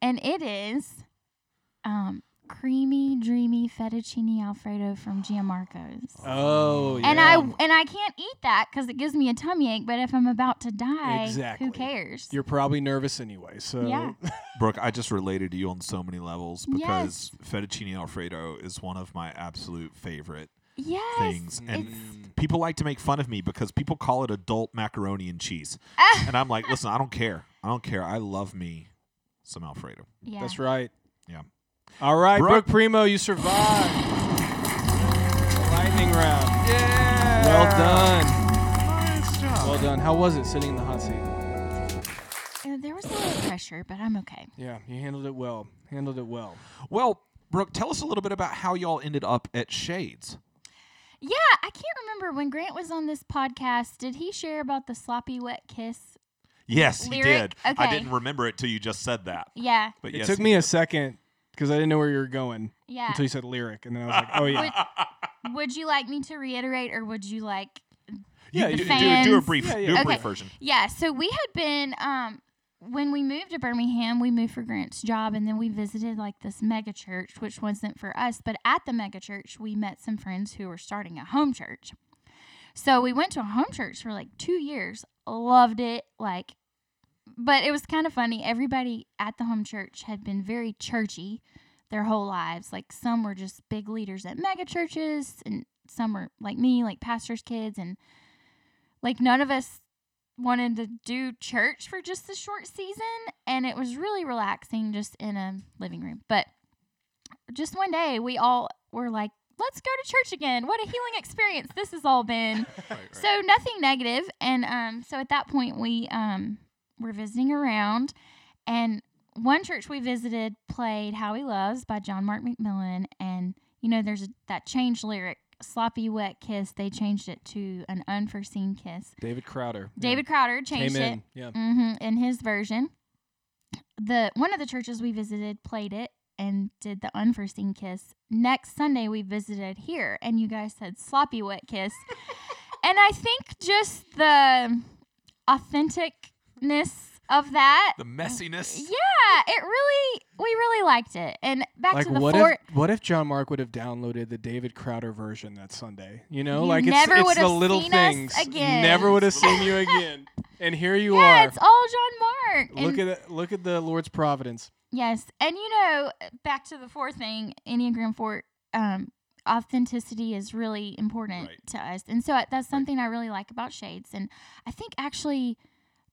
Speaker 3: and it is, um, creamy, dreamy fettuccine alfredo from Gianmarco's.
Speaker 2: Oh, yeah.
Speaker 3: And I and I can't eat that because it gives me a tummy ache. But if I'm about to die,
Speaker 2: Exactly.
Speaker 3: who cares?
Speaker 2: You're probably nervous anyway, so
Speaker 3: Yeah.
Speaker 1: Brooke, I just related to you on so many levels because fettuccine alfredo is one of my absolute favorite
Speaker 3: yes.
Speaker 1: things, and
Speaker 2: Mm.
Speaker 1: people like to make fun of me because people call it adult macaroni and cheese,
Speaker 3: Ah.
Speaker 1: and I'm like, listen, I don't care. I don't care. I love me some alfredo.
Speaker 3: Yeah.
Speaker 2: that's right.
Speaker 1: Yeah.
Speaker 2: All right,
Speaker 1: Brooke-
Speaker 2: Brooke Primo, you survived. Lightning round.
Speaker 1: Yeah.
Speaker 2: Well done.
Speaker 1: Nice job.
Speaker 2: Well done. How was it sitting in the hot seat?
Speaker 3: pressure, but I'm okay.
Speaker 2: Yeah, you handled it well. Handled it well.
Speaker 1: Well, Brooke, tell us a little bit about how y'all ended up at Shades.
Speaker 3: Yeah, I can't remember when Grant was on this podcast. Did he share about the sloppy wet kiss?
Speaker 1: Yes, he did.
Speaker 3: Lyric?
Speaker 1: I
Speaker 3: Okay.
Speaker 1: didn't remember it till you just said that.
Speaker 3: Yeah,
Speaker 1: But
Speaker 2: it
Speaker 1: yes,
Speaker 2: took
Speaker 1: he
Speaker 2: me a
Speaker 1: did.
Speaker 2: second because I didn't know where you were going
Speaker 3: yeah.
Speaker 2: until you said lyric, and then I was like, oh yeah.
Speaker 3: would you like me to reiterate, or would you like?
Speaker 1: You-
Speaker 2: Yeah,
Speaker 1: you do,
Speaker 2: you-
Speaker 1: do a
Speaker 3: fans.
Speaker 1: brief,
Speaker 2: Yeah, yeah.
Speaker 1: do a
Speaker 3: Okay.
Speaker 1: brief version.
Speaker 3: Yeah. So we had been um, when we moved to Birmingham, we moved for Grant's job, and then we visited like this mega church, which wasn't for us. But at the mega church, we met some friends who were starting a home church. So we went to a home church for like two years. Loved it. Like, but it was kind of funny. Everybody at the home church had been very churchy their whole lives. Like some were just big leaders at mega churches, and some were like me, like pastors' kids, and like none of us wanted to do church for just a short season and it was really relaxing just in a living room but just one day we all were like let's go to church again what a healing experience this has all been so nothing negative and um, so at that point we um, were visiting around and one church we visited played how he loves by john mark mcmillan and you know there's that changed lyric sloppy wet kiss they changed it to an unforeseen kiss
Speaker 2: David Crowder. Yeah.
Speaker 3: David Crowder changed
Speaker 2: came
Speaker 3: it
Speaker 2: in. Yeah.
Speaker 3: hmm in his version. The one of the churches we visited played it and did the unforeseen kiss. Next Sunday we visited here, and you guys said sloppy wet kiss, and I think just the authenticness of that.
Speaker 1: The messiness.
Speaker 3: Yeah, it really we really liked it. And back
Speaker 2: Like
Speaker 3: to the
Speaker 2: what
Speaker 3: fort.
Speaker 2: if what if John Mark would have downloaded the David Crowder version that Sunday? You know,
Speaker 3: You
Speaker 2: like
Speaker 3: never
Speaker 2: it's,
Speaker 3: would
Speaker 2: it's the
Speaker 3: have
Speaker 2: little
Speaker 3: seen us
Speaker 2: things.
Speaker 3: again.
Speaker 2: Never would have seen you again. And here you
Speaker 3: yeah,
Speaker 2: are.
Speaker 3: it's all John Mark.
Speaker 2: Look
Speaker 3: and-
Speaker 2: at it, look at the Lord's providence.
Speaker 3: Yes, and you know, back to the four thing, Enneagram four, um, authenticity is really important
Speaker 1: Right.
Speaker 3: to us, and so I- that's something I really like about Shades. And I think actually,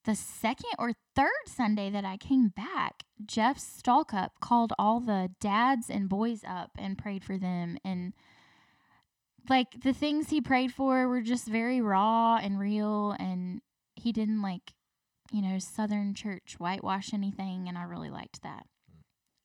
Speaker 3: the second or third Sunday that I came back, Jeff Stalkup called all the dads and boys up and prayed for them, and like the things he prayed for were just very raw and real, and he didn't like you know, Southern church whitewash anything, and I really liked that.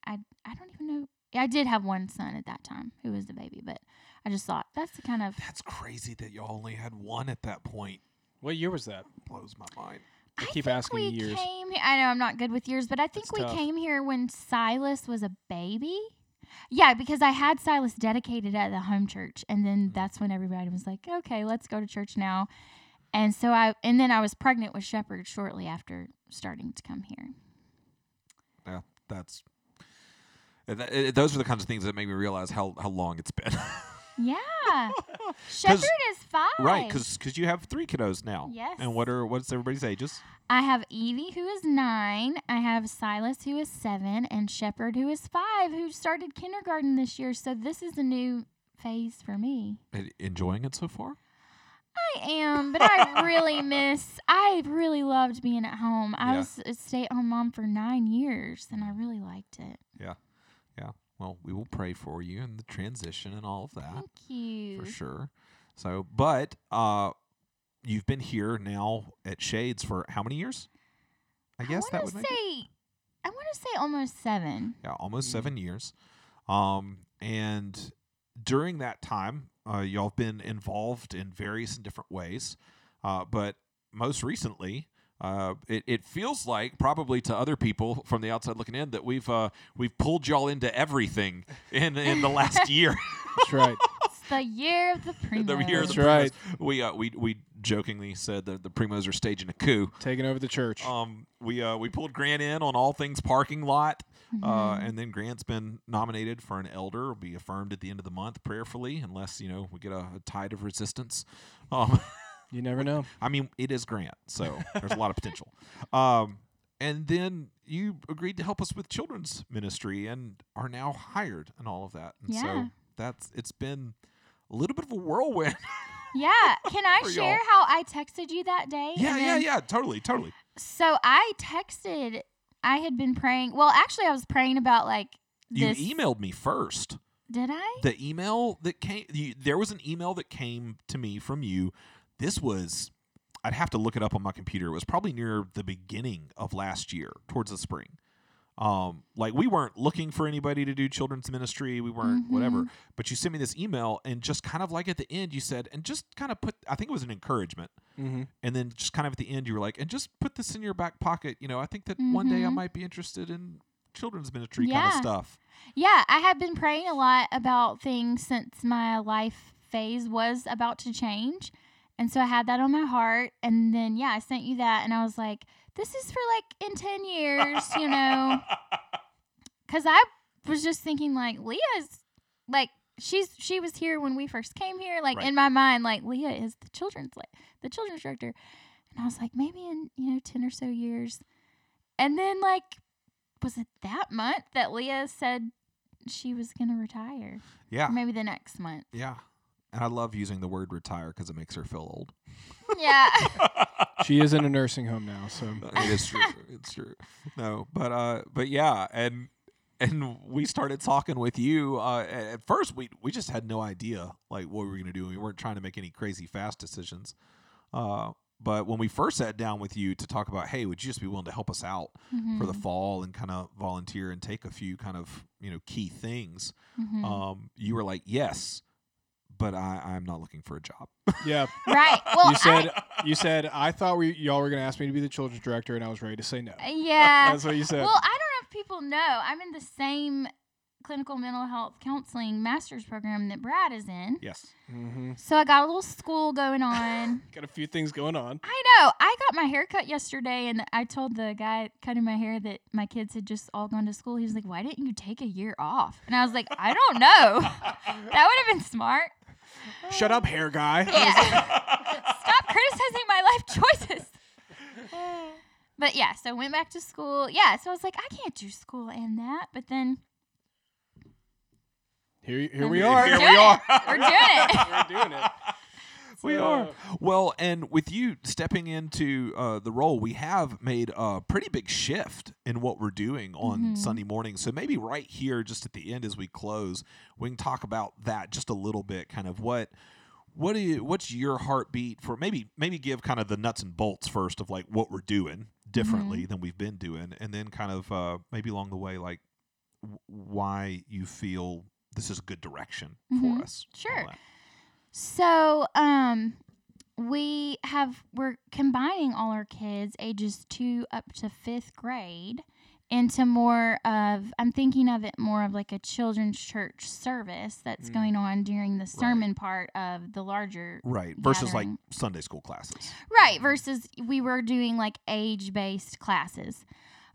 Speaker 2: Hmm.
Speaker 3: I I don't even know. yeah, I did have one son at that time who was the baby, but I just thought that's the kind of
Speaker 1: That's crazy that y'all only had one at that point.
Speaker 2: What year was that?
Speaker 1: Blows my mind.
Speaker 2: I keep
Speaker 3: think
Speaker 2: asking
Speaker 3: we
Speaker 2: years.
Speaker 3: Came, I know I'm not good with years, but I think
Speaker 2: It's
Speaker 3: we
Speaker 2: tough.
Speaker 3: came here when Silas was a baby. Yeah, because I had Silas dedicated at the home church, and
Speaker 2: Hmm.
Speaker 3: then that's when everybody was like, "Okay, let's go to church now." And so I, and then I was pregnant with Shepherd shortly after starting to come here.
Speaker 1: Yeah, that's. and that- it- those are the kinds of things that make me realize how, how long it's been.
Speaker 3: Yeah, Shepherd is five.
Speaker 1: right, because you have three kiddos now.
Speaker 3: Yes.
Speaker 1: And what are what's everybody's ages?
Speaker 3: I have Evie, who is nine. I have Silas, who is seven, and Shepherd, who is five, who started kindergarten this year. So this is a new phase for me.
Speaker 1: En- Enjoying it so far?
Speaker 3: I am, but I really miss. I really loved being at home. I
Speaker 1: Yeah.
Speaker 3: was a stay-at-home mom for nine years, and I really liked it.
Speaker 1: Well, we will pray for you and the transition and all of that.
Speaker 3: Thank you.
Speaker 1: Uh, for sure. So, but uh, you've been here now at Shades for how many years? I guess that would
Speaker 3: wanna
Speaker 1: make it-
Speaker 3: say. I want to say almost seven.
Speaker 1: yeah, almost seven years. Um, and during that time, uh, y'all have been involved in various and different ways. Uh, but most recently, uh, it, it feels like probably to other people from the outside looking in that we've uh, we've pulled y'all into everything in in the last year.
Speaker 2: That's right.
Speaker 3: It's the year of the primo.
Speaker 1: the year of the
Speaker 2: That's right.
Speaker 1: Primos. We uh, we we jokingly said that the primos are staging a coup.
Speaker 2: Taking over the church.
Speaker 1: Um, we uh, we pulled Grant in on all things parking lot, uh,
Speaker 3: Mhm.
Speaker 1: and then Grant's been nominated for an elder. Will be affirmed at the end of the month, prayerfully, unless you know we get a, a tide of resistance. Um,
Speaker 2: you never know.
Speaker 1: I mean, it is Grant, so there's a lot of potential. Um, and then you agreed to help us with children's ministry and are now hired and all of that. And
Speaker 3: Yeah.
Speaker 1: So that's it's been a little bit of a whirlwind.
Speaker 3: Yeah. Can I
Speaker 1: For y'all.
Speaker 3: share how I texted you that day?
Speaker 1: yeah,
Speaker 3: And
Speaker 1: yeah,
Speaker 3: then-
Speaker 1: yeah. Totally, totally.
Speaker 3: So I texted. I had been praying. Well, actually, I was praying about like
Speaker 1: You
Speaker 3: this.
Speaker 1: emailed me first.
Speaker 3: Did I?
Speaker 1: The email that came, you, there was an email that came to me from you. This was, I'd have to look it up on my computer. It was probably near the beginning of last year, towards the spring. Um, like we weren't looking for anybody to do children's ministry. We weren't whatever. But you sent me this email, and just kind of like at the end, you said, and just kind of put. I think it was an encouragement,
Speaker 2: Mm-hmm.
Speaker 1: and then just kind of at the end, you were like, and just put this in your back pocket. You know, I think that one day I
Speaker 3: Mhm.
Speaker 1: might be interested in children's ministry kind
Speaker 3: Yeah.
Speaker 1: of stuff.
Speaker 3: Yeah, I have been praying a lot about things since my life phase was about to change. And so I had that on my heart. And then, yeah, I sent you that. And I was like, this is for like in 10 years, you know? Because I was just thinking, like, Leah's like, she's she was here when we first came here like
Speaker 1: Right.
Speaker 3: in my mind like leah is the children's like the children's director and i was like maybe in you know 10 or so years and then like was it that month that leah said she was going to retire.
Speaker 1: Yeah,
Speaker 3: Maybe the next month.
Speaker 1: yeah. And I love using the word retire because it makes her feel old.
Speaker 3: Yeah.
Speaker 2: She is in a nursing home now, so
Speaker 1: it is true. It's true. No, but uh, but yeah, and and we started talking with you. Uh, a- at first, we we just had no idea like what we were gonna do. We weren't trying to make any crazy fast decisions. Uh, but when we first sat down with you to talk about, hey, would you just be willing to help us out
Speaker 3: Mm-hmm.
Speaker 1: for the fall and kind of volunteer and take a few kind of you know key things?
Speaker 3: Mhm.
Speaker 1: Um, you were like, yes, but I I'm not looking for a job.
Speaker 2: yeah.
Speaker 3: right. Well,
Speaker 2: you said you said I thought we y'all were gonna ask me to be the children's director, and I was ready to say no.
Speaker 3: I, yeah.
Speaker 2: That's what you said.
Speaker 3: Well, I don't know if people know. I'm in the same clinical mental health counseling master's program that Brad is in.
Speaker 1: Yes.
Speaker 2: mm-hmm.
Speaker 3: So I got a little school going on.
Speaker 2: Got a few things going on.
Speaker 3: I know. I got my hair cut yesterday, and I told the guy cutting my hair that my kids had just all gone to school. He was like, "Why didn't you take a year off?" And I was like, "I don't know. that would have been smart." Oh.
Speaker 2: Shut up, hair guy.
Speaker 3: Yeah. Stop criticizing my life choices. But yeah, so went back to school. Yeah, so I was like, I can't do school and that. But then
Speaker 2: Here, here we
Speaker 3: Here
Speaker 2: are.
Speaker 3: we are. we're doing it.
Speaker 2: We're doing it.
Speaker 1: We
Speaker 2: So-
Speaker 1: are. Well, and with you stepping into uh, the role, we have made a pretty big shift in what we're doing on
Speaker 3: Mhm.
Speaker 1: Sunday morning. So maybe right here, just at the end as we close, we can talk about that just a little bit. Kind of what what do you what's your heartbeat for maybe maybe give kind of the nuts and bolts first of like what we're doing differently than we've been doing and then kind of uh, maybe along the way like w- why you feel this is a good direction
Speaker 3: Mhm.
Speaker 1: for us all
Speaker 3: Sure.
Speaker 1: that.
Speaker 3: So um, we have we're combining all our kids ages two up to fifth grade into more of I'm thinking of it more of like a children's church service that's
Speaker 2: Mm.
Speaker 3: going on during the sermon part of the larger
Speaker 1: right versus like
Speaker 3: Gathering.
Speaker 1: sunday school classes
Speaker 3: Right, versus we were doing like age based classes.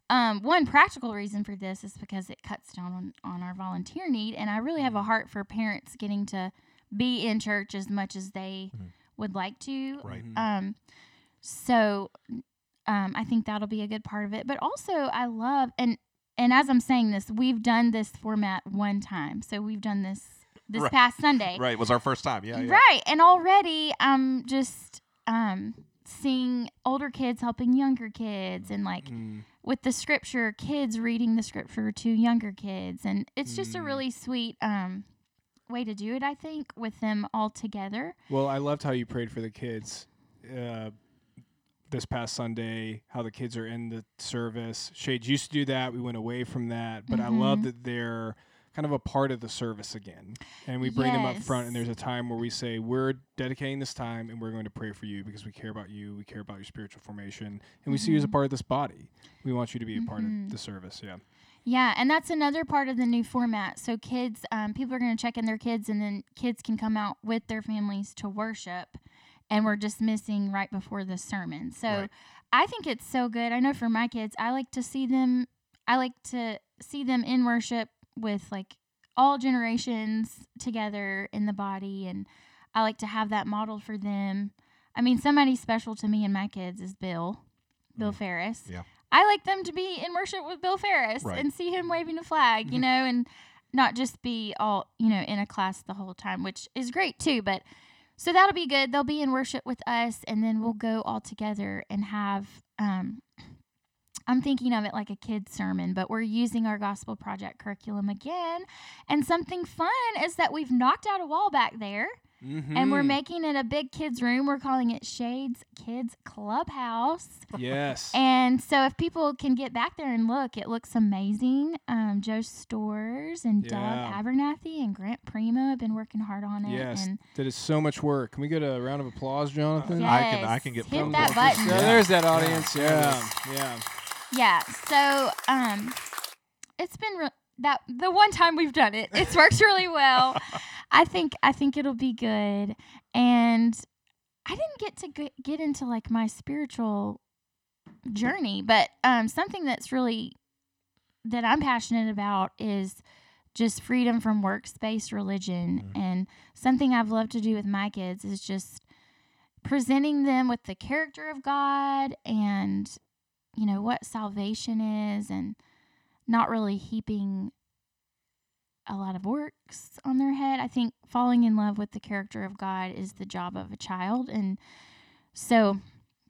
Speaker 3: Um, one practical reason for this is because it cuts down on, on our volunteer need, and I really
Speaker 1: Mm-hmm.
Speaker 3: have a heart for parents getting to be in church as much as they
Speaker 1: Mhm.
Speaker 3: would like to.
Speaker 1: Right.
Speaker 2: Mhm.
Speaker 3: Um, so um, I think that'll be a good part of it. But also, I love and and as I'm saying this, we've done this format one time, so we've done this this
Speaker 1: Right.
Speaker 3: past Sunday,
Speaker 1: Right, it was our first time. Yeah, yeah.
Speaker 3: Right. And already I'm just um seeing older kids helping younger kids and like
Speaker 1: Mm-hmm.
Speaker 2: Mm.
Speaker 3: with the scripture, kids reading the scripture to younger kids and it's just a
Speaker 1: Mm-hmm.
Speaker 2: Mm.
Speaker 3: really sweet um way to do it, I think, with them all together.
Speaker 2: Well, I loved how you prayed for the kids uh, this past Sunday, how the kids are in the service. Shades used to do that. We went away from that. But I love
Speaker 3: Mhm.
Speaker 2: that they're kind of a part of the service again. And we bring them up front, and
Speaker 3: Yes.
Speaker 2: there's a time where we say, We're dedicating this time and we're going to pray for you because we care about you. We care about your spiritual formation. And we see you as a
Speaker 3: Mhm.
Speaker 2: part of this body. We want you to be a part
Speaker 3: Mhm.
Speaker 2: of the service. Yeah.
Speaker 3: Yeah, and that's another part of the new format. So kids, um, people are going to check in their kids, and then kids can come out with their families to worship, and we're dismissing right before the sermon. So
Speaker 1: Right.
Speaker 3: I think it's so good. I know for my kids, I like to see them. I like to see them in worship with like all generations together in the body, and I like to have that model for them. I mean, somebody special to me and my kids is Bill, Bill
Speaker 1: Mm.
Speaker 3: Ferris.
Speaker 1: Yeah.
Speaker 3: I like them to be in worship with Bill Ferris
Speaker 1: Right.
Speaker 3: and see him waving a flag, you know, and not just be all, you know, in a class the whole time, which is great too. But so that'll be good. They'll be in worship with us, and then we'll go all together and have. Um, I'm thinking of it like a kids' sermon, but we're using our gospel project curriculum again. And something fun is that we've knocked out a wall back there and we're
Speaker 2: Mhm.
Speaker 3: making it a big kids room. We're calling it Shades Kids Clubhouse.
Speaker 2: Yes.
Speaker 3: And so if people can get back there and look, it looks amazing. Um, Joe Stores and Doug
Speaker 2: Yeah.
Speaker 3: Abernathy and Grant Primo have been working hard on it.
Speaker 2: Yes.
Speaker 3: And
Speaker 2: That is so much work. Can we get a round of applause, Jonathan?
Speaker 1: Uh, I can- I can get
Speaker 3: Yes. hit
Speaker 1: phone
Speaker 3: that
Speaker 1: calls.
Speaker 3: button.
Speaker 2: Yeah,
Speaker 1: Yeah.
Speaker 2: There's that audience.
Speaker 1: Yeah.
Speaker 2: Yeah. Yeah.
Speaker 3: Yeah. So um, it's been re- that the one time we've done it, it's worked really well. I think I think it'll be good. And I didn't get to g- get into like my spiritual journey, but um, something that's really that I'm passionate about is just freedom from workspace religion
Speaker 1: Mhm.
Speaker 3: and something I've loved to do with my kids is just presenting them with the character of God and you know what salvation is and not really heaping a lot of works on their head. I think falling in love with the character of God is the job of a child and so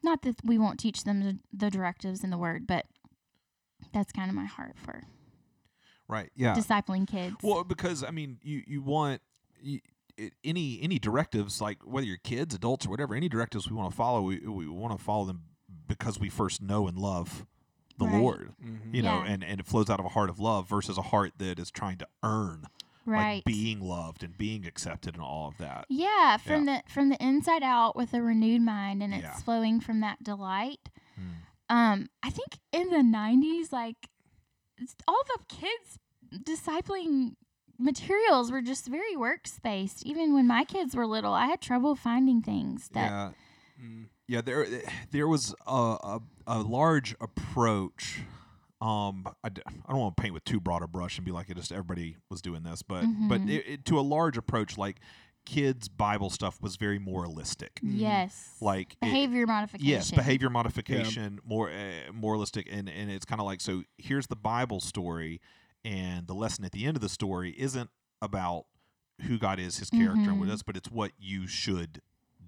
Speaker 3: not that we won't teach them the, the directives in the word, but that's kind of my heart for
Speaker 1: Right. Yeah.
Speaker 3: discipling kids.
Speaker 1: Uh, Well, because I mean, you you want you, it, any any directives like whether you're kids, adults, or whatever, any directives we want to follow, we we want to follow them because we first know and love the
Speaker 3: Right.
Speaker 1: Lord,
Speaker 2: Mhm.
Speaker 1: you know,
Speaker 3: Yeah.
Speaker 1: and and it flows out of a heart of love versus a heart that is trying to earn
Speaker 3: right.
Speaker 1: like being loved and being accepted and all of that.
Speaker 3: Yeah, from the from the inside out with a renewed mind and it's
Speaker 1: Yeah.
Speaker 3: flowing from that delight.
Speaker 1: Mm.
Speaker 3: Um I think in the 90s like it's- all the kids discipling materials were just very work-based. Even when my kids were little, I had trouble finding things that
Speaker 1: Yeah.
Speaker 2: Mm.
Speaker 1: Yeah, there there was a a, a large approach. Um, I, d- I don't want to paint with too broad a brush and be like it just everybody was doing this, but but
Speaker 3: Mhm.
Speaker 1: it, it, to a large approach, like kids' Bible stuff was very moralistic,
Speaker 2: Mm.
Speaker 3: yes.
Speaker 1: like it-
Speaker 3: behavior modification.
Speaker 1: Yes, behavior modification, more uh, moralistic, and and it's kind of like so. Here's the Bible story, and the lesson at the end of the story isn't about who God is, His character, and what
Speaker 3: Mhm.
Speaker 1: it is, but it's what you should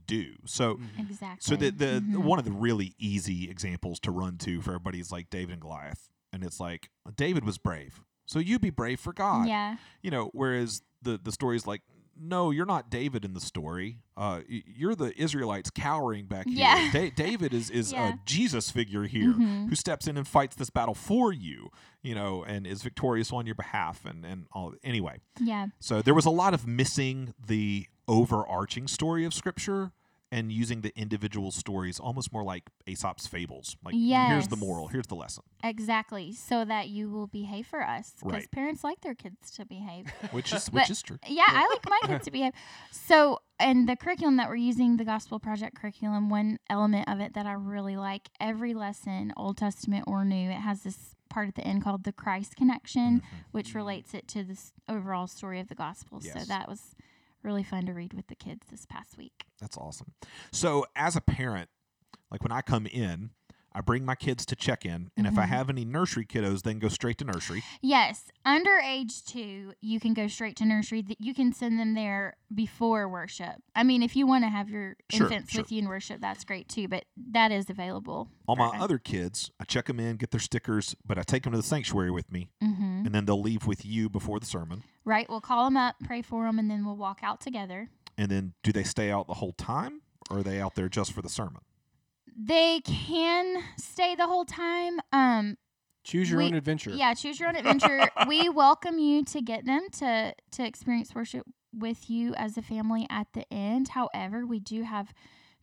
Speaker 1: do. So
Speaker 2: Mhm.
Speaker 3: Exactly.
Speaker 1: so the the
Speaker 3: Mhm.
Speaker 1: one of the really easy examples to run to for everybody is like David and Goliath, and it's like David was brave, so you be brave for God.
Speaker 3: Yeah.
Speaker 1: You know, whereas the the story is like, no, you're not David in the story. Uh, y- you're the Israelites cowering back here.
Speaker 3: Yeah.
Speaker 1: Da- David is is
Speaker 3: Yeah.
Speaker 1: a Jesus figure here
Speaker 3: Mhm.
Speaker 1: who steps in and fights this battle for you. You know, and is victorious on your behalf, and and all. Anyway,
Speaker 3: Yeah.
Speaker 1: so there was a lot of missing the overarching story of Scripture and using the individual stories almost more like Aesop's fables. Like, here's the
Speaker 3: Yes.
Speaker 1: moral, here's the lesson.
Speaker 3: Exactly, so that you will behave for us, because
Speaker 1: Right.
Speaker 3: parents like their kids to behave.
Speaker 1: Which is
Speaker 3: But-
Speaker 1: which is true.
Speaker 3: Yeah, I like my kids to behave. So, and the curriculum that we're using, the Gospel Project curriculum, one element of it that I really like every lesson, Old Testament or New, it has this part at the end called the Christ connection,
Speaker 1: Mhm.
Speaker 3: which
Speaker 2: Mm.
Speaker 3: relates it to this overall story of the Gospel. So
Speaker 1: Yes.
Speaker 3: that was really fun to read with the kids this past week.
Speaker 1: That's awesome. So as a parent, like when I come in, I bring my kids to check in, and if I
Speaker 3: Mhm.
Speaker 1: have any nursery kiddos, then go straight to nursery.
Speaker 3: Yes, under age two, you can go straight to nursery. Th- You can send them there before worship. I mean, if you want to have your
Speaker 1: Sure,
Speaker 3: infants
Speaker 1: sure.
Speaker 3: with you in worship, that's great too. But that is available.
Speaker 1: All my
Speaker 3: Right.
Speaker 1: other kids, I check them in, get their stickers, but I take them to the sanctuary with me,
Speaker 3: Mm-hmm.
Speaker 1: and then they'll leave with you before the sermon.
Speaker 3: Right. We'll call them up, pray for them, and then we'll walk out together.
Speaker 1: And then, do they stay out the whole time, or are they out there just for the sermon?
Speaker 3: They can stay the whole time. Um,
Speaker 2: Choose your
Speaker 3: We-
Speaker 2: own adventure.
Speaker 3: yeah, choose your own adventure. we welcome you to get them to to experience worship with you as a family at the end. However, we do have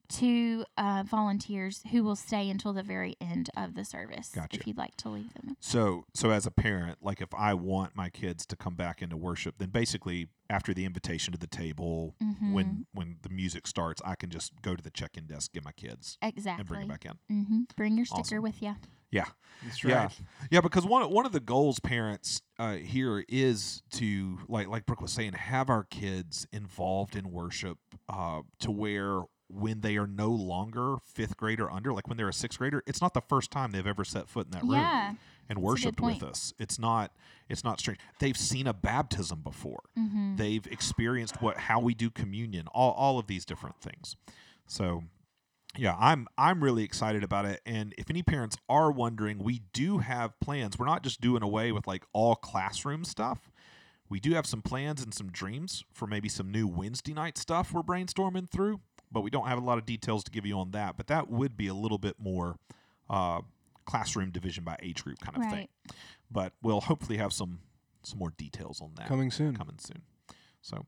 Speaker 3: two uh, volunteers who will stay until the very end of the service.
Speaker 1: Gotcha.
Speaker 3: If you'd like to leave them.
Speaker 1: So, so as a parent, like if I want my kids to come back into worship, then basically after the invitation to the table,
Speaker 3: Mhm.
Speaker 1: when when the music starts, I can just go to the check-in desk, get my kids,
Speaker 3: exactly.
Speaker 1: and bring them back in.
Speaker 3: hmm Bring your sticker
Speaker 1: Awesome.
Speaker 3: with you.
Speaker 1: Yeah,
Speaker 2: That's
Speaker 1: Yeah.
Speaker 2: right.
Speaker 1: yeah, because one one of the goals parents uh, here is to like like Brooke was saying, have our kids involved in worship uh, to where when they are no longer fifth grade or under, like when they're a sixth grader, it's not the first time they've ever set foot in that room.
Speaker 3: Yeah.
Speaker 1: and worshipped with
Speaker 3: point.
Speaker 1: us. It's not it's not strange. They've seen a baptism before.
Speaker 3: Mm-hmm.
Speaker 1: They've experienced what how we do communion, all, all of these different things. So yeah, I'm I'm really excited about it. And if any parents are wondering, we do have plans. We're not just doing away with like all classroom stuff. We do have some plans and some dreams for maybe some new Wednesday night stuff we're brainstorming through, but we don't have a lot of details to give you on that. But that would be a little bit more uh, classroom division by age group kind of thing.
Speaker 3: Right.
Speaker 1: But we'll hopefully have some some more details on that
Speaker 2: Coming soon.
Speaker 1: coming soon. So,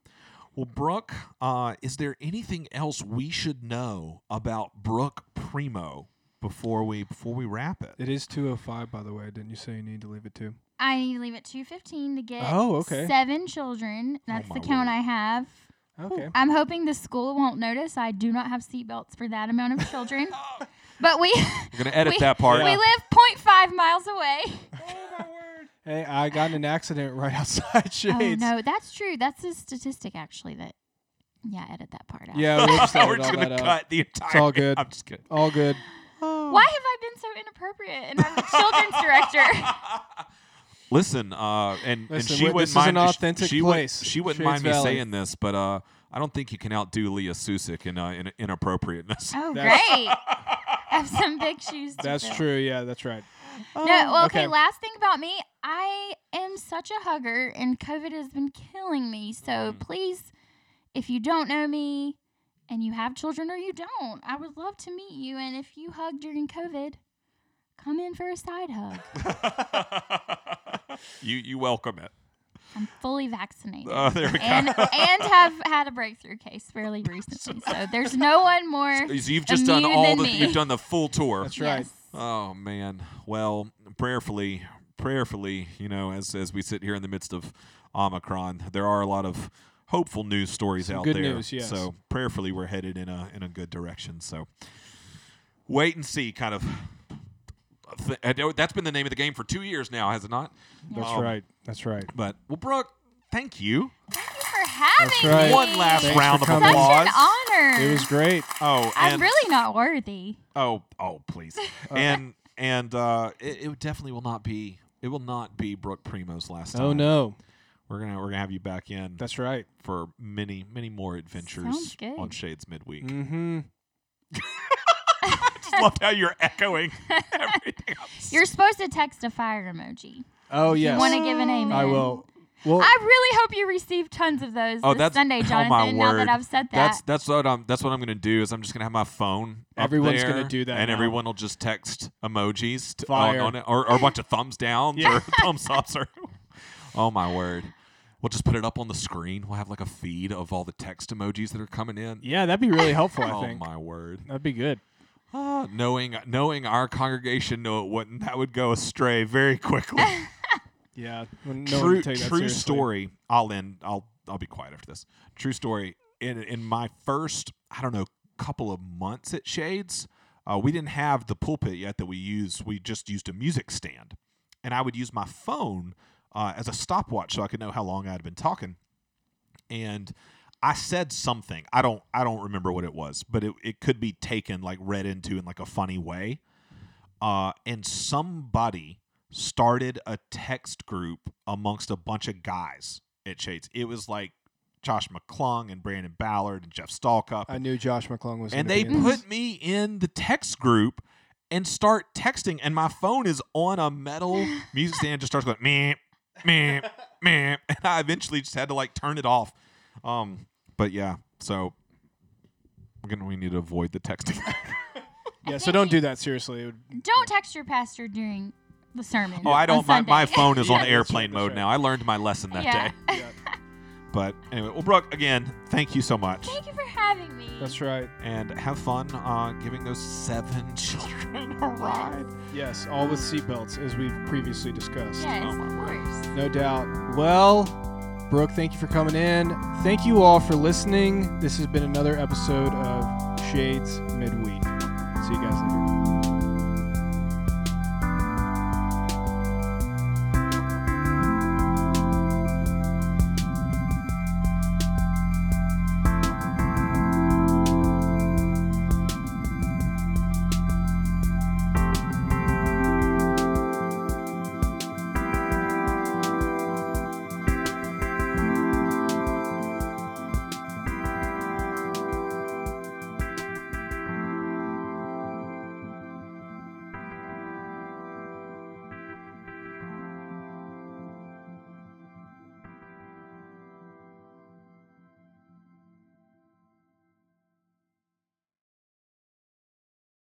Speaker 1: well, Brooke, uh, is there anything else we should know about Brooke Primo before we before we wrap it?
Speaker 2: It is 205, by the way. Didn't you say you need to leave it to?
Speaker 3: I need to leave at 2:15 to get
Speaker 2: Oh, okay. Oh,
Speaker 3: seven children. That's
Speaker 1: my
Speaker 3: the count
Speaker 1: word.
Speaker 3: I have.
Speaker 2: Okay.
Speaker 3: I'm hoping the school won't notice. I do not have seatbelts for that amount of children. but we
Speaker 1: We're gonna edit
Speaker 3: We-
Speaker 1: that part.
Speaker 2: Yeah.
Speaker 3: we live 0.5 miles away.
Speaker 2: Hey, I got in an accident right outside Shades.
Speaker 3: Oh no, that's true. That's a statistic actually that yeah, edit that part out.
Speaker 2: Yeah, we'll just edit
Speaker 1: We're just
Speaker 2: all
Speaker 1: gonna
Speaker 2: that
Speaker 1: cut
Speaker 2: out.
Speaker 1: the entire.
Speaker 2: all good.
Speaker 1: I'm just kidding.
Speaker 2: All good. Oh.
Speaker 3: Why have I been so inappropriate? And I'm the children's director.
Speaker 1: Listen, uh, and, and
Speaker 2: Listen,
Speaker 1: she
Speaker 2: wait,
Speaker 1: wouldn't
Speaker 2: this is
Speaker 1: mind.
Speaker 2: an
Speaker 1: she-
Speaker 2: authentic
Speaker 1: she, wouldn't-
Speaker 2: place,
Speaker 1: she wouldn't
Speaker 2: Shades
Speaker 1: mind me
Speaker 2: Valley.
Speaker 1: saying this, but uh, I don't think you can outdo Leah Susik in, uh, in inappropriateness.
Speaker 3: Oh,
Speaker 2: That's-
Speaker 3: great. I have some big shoes to
Speaker 2: That's
Speaker 3: fill.
Speaker 2: true. Yeah, Oh. that's right.
Speaker 3: No,
Speaker 1: Oh,
Speaker 3: well, okay.
Speaker 2: okay.
Speaker 3: Last thing about me, I am such a hugger, and COVID has been killing me. So
Speaker 1: Mhm.
Speaker 3: please, if you don't know me, and you have children or you don't, I would love to meet you. And if you hug during COVID, come in for a side hug. Oh.
Speaker 1: you you welcome it.
Speaker 3: I'm fully vaccinated.
Speaker 1: Oh, there we go.
Speaker 3: and and have had a breakthrough case fairly recently, so there's no one more.
Speaker 1: So you've just done
Speaker 3: immune
Speaker 1: all
Speaker 3: than
Speaker 1: the
Speaker 3: me.
Speaker 1: you've done the full tour.
Speaker 2: That's right.
Speaker 3: Yes.
Speaker 1: Oh man. Well, prayerfully, prayerfully, you know, as as we sit here in the midst of Omicron, there are a lot of hopeful news stories
Speaker 2: Some
Speaker 1: out
Speaker 2: good
Speaker 1: there.
Speaker 2: news, yes.
Speaker 1: So prayerfully, we're headed in a in a good direction. So wait and see, kind of. th- I know That's been the name of the game for two years now, has it not?
Speaker 2: That's
Speaker 1: Um,
Speaker 2: right. That's right.
Speaker 1: But well, Brooke, thank you.
Speaker 3: Thank you for having
Speaker 2: right.
Speaker 3: me.
Speaker 1: One last
Speaker 2: Thanks
Speaker 1: round
Speaker 2: for
Speaker 1: of
Speaker 2: coming.
Speaker 3: Such
Speaker 1: applause.
Speaker 3: an honor.
Speaker 2: It was great.
Speaker 1: Oh,
Speaker 3: I'm
Speaker 1: and-
Speaker 3: really not worthy.
Speaker 1: Oh, oh, please. and and uh, it, it definitely will not be. It will not be Brooke Primo's last time.
Speaker 2: Oh no.
Speaker 1: we're gonna we're gonna have you back in
Speaker 2: That's right.
Speaker 1: for many many more adventures
Speaker 3: Sounds good.
Speaker 1: on Shades Midweek.
Speaker 2: Mm-hmm.
Speaker 1: Just loved how you're echoing everything. Else.
Speaker 3: You're supposed to text a fire emoji.
Speaker 2: Oh
Speaker 3: You
Speaker 2: yes.
Speaker 3: want to give an amen?
Speaker 2: I will. Well,
Speaker 3: I really hope you receive tons of those
Speaker 1: Oh,
Speaker 3: this
Speaker 1: that's
Speaker 3: Sunday, Jonathan.
Speaker 1: Oh my word!
Speaker 3: Now that I've said that,
Speaker 1: that's that's what I'm that's what I'm gonna do. Is I'm just gonna have my phone. up
Speaker 2: Everyone's
Speaker 1: there,
Speaker 2: gonna do that
Speaker 1: and
Speaker 2: now.
Speaker 1: everyone will just text emojis to, on,
Speaker 2: Fire.
Speaker 1: on it, or, or a bunch of thumbs downs
Speaker 2: Yeah.
Speaker 1: or thumbs ups or. Oh my word! We'll just put it up on the screen. We'll have like a feed of all the text emojis that are coming in.
Speaker 2: yeah, that'd be really helpful. I
Speaker 1: oh
Speaker 2: think
Speaker 1: my word!
Speaker 2: that'd be good.
Speaker 1: Ah, knowing knowing our congregation, no, it wouldn't. That would go astray very quickly.
Speaker 2: Yeah. No one
Speaker 1: true
Speaker 2: would take that
Speaker 1: true
Speaker 2: seriously.
Speaker 1: story. I'll end. I'll I'll be quiet after this. True story. In in my first, I don't know, couple of months at Shades, uh, we didn't have the pulpit yet that we used. We just used a music stand, and I would use my phone uh, as a stopwatch so I could know how long I had been talking. And I said something. I don't I don't remember what it was, but it, it could be taken like read into in like a funny way. Uh, and somebody started a text group amongst a bunch of guys at Shades. It was like Josh McClung and Brandon Ballard and Jeff Stallcup.
Speaker 2: I knew Josh McClung was.
Speaker 1: and
Speaker 2: gonna
Speaker 1: they
Speaker 2: be in this.
Speaker 1: put me in the text group and start texting. And my phone is on a metal music stand, just starts going, meh, meh, meh. And I eventually just had to like turn it off. Um, but yeah, so we're gonna, we need to avoid the texting.
Speaker 2: Yeah. So don't do that. Seriously. It would,
Speaker 3: don't text your pastor during the sermon.
Speaker 1: Oh, I don't.
Speaker 3: on
Speaker 1: My, my
Speaker 3: Sunday.
Speaker 1: phone is
Speaker 2: Yeah,
Speaker 1: on
Speaker 2: that's
Speaker 1: airplane
Speaker 2: right, that's
Speaker 1: mode
Speaker 2: right.
Speaker 1: now. I learned my lesson that
Speaker 3: Yeah.
Speaker 1: day.
Speaker 2: yeah,
Speaker 1: But anyway, well, Brooke, again, thank you so much,
Speaker 3: Thank you for having me.
Speaker 2: that's right.
Speaker 1: and have fun uh, giving those seven children a ride.
Speaker 2: Yes. All with seatbelts, as we've previously discussed.
Speaker 3: Yes,
Speaker 1: Oh, my
Speaker 3: of
Speaker 1: word.
Speaker 3: course.
Speaker 2: No doubt. Well, Brooke, thank you for coming in. Thank you all for listening. This has been another episode of Shades Midweek. See you guys later.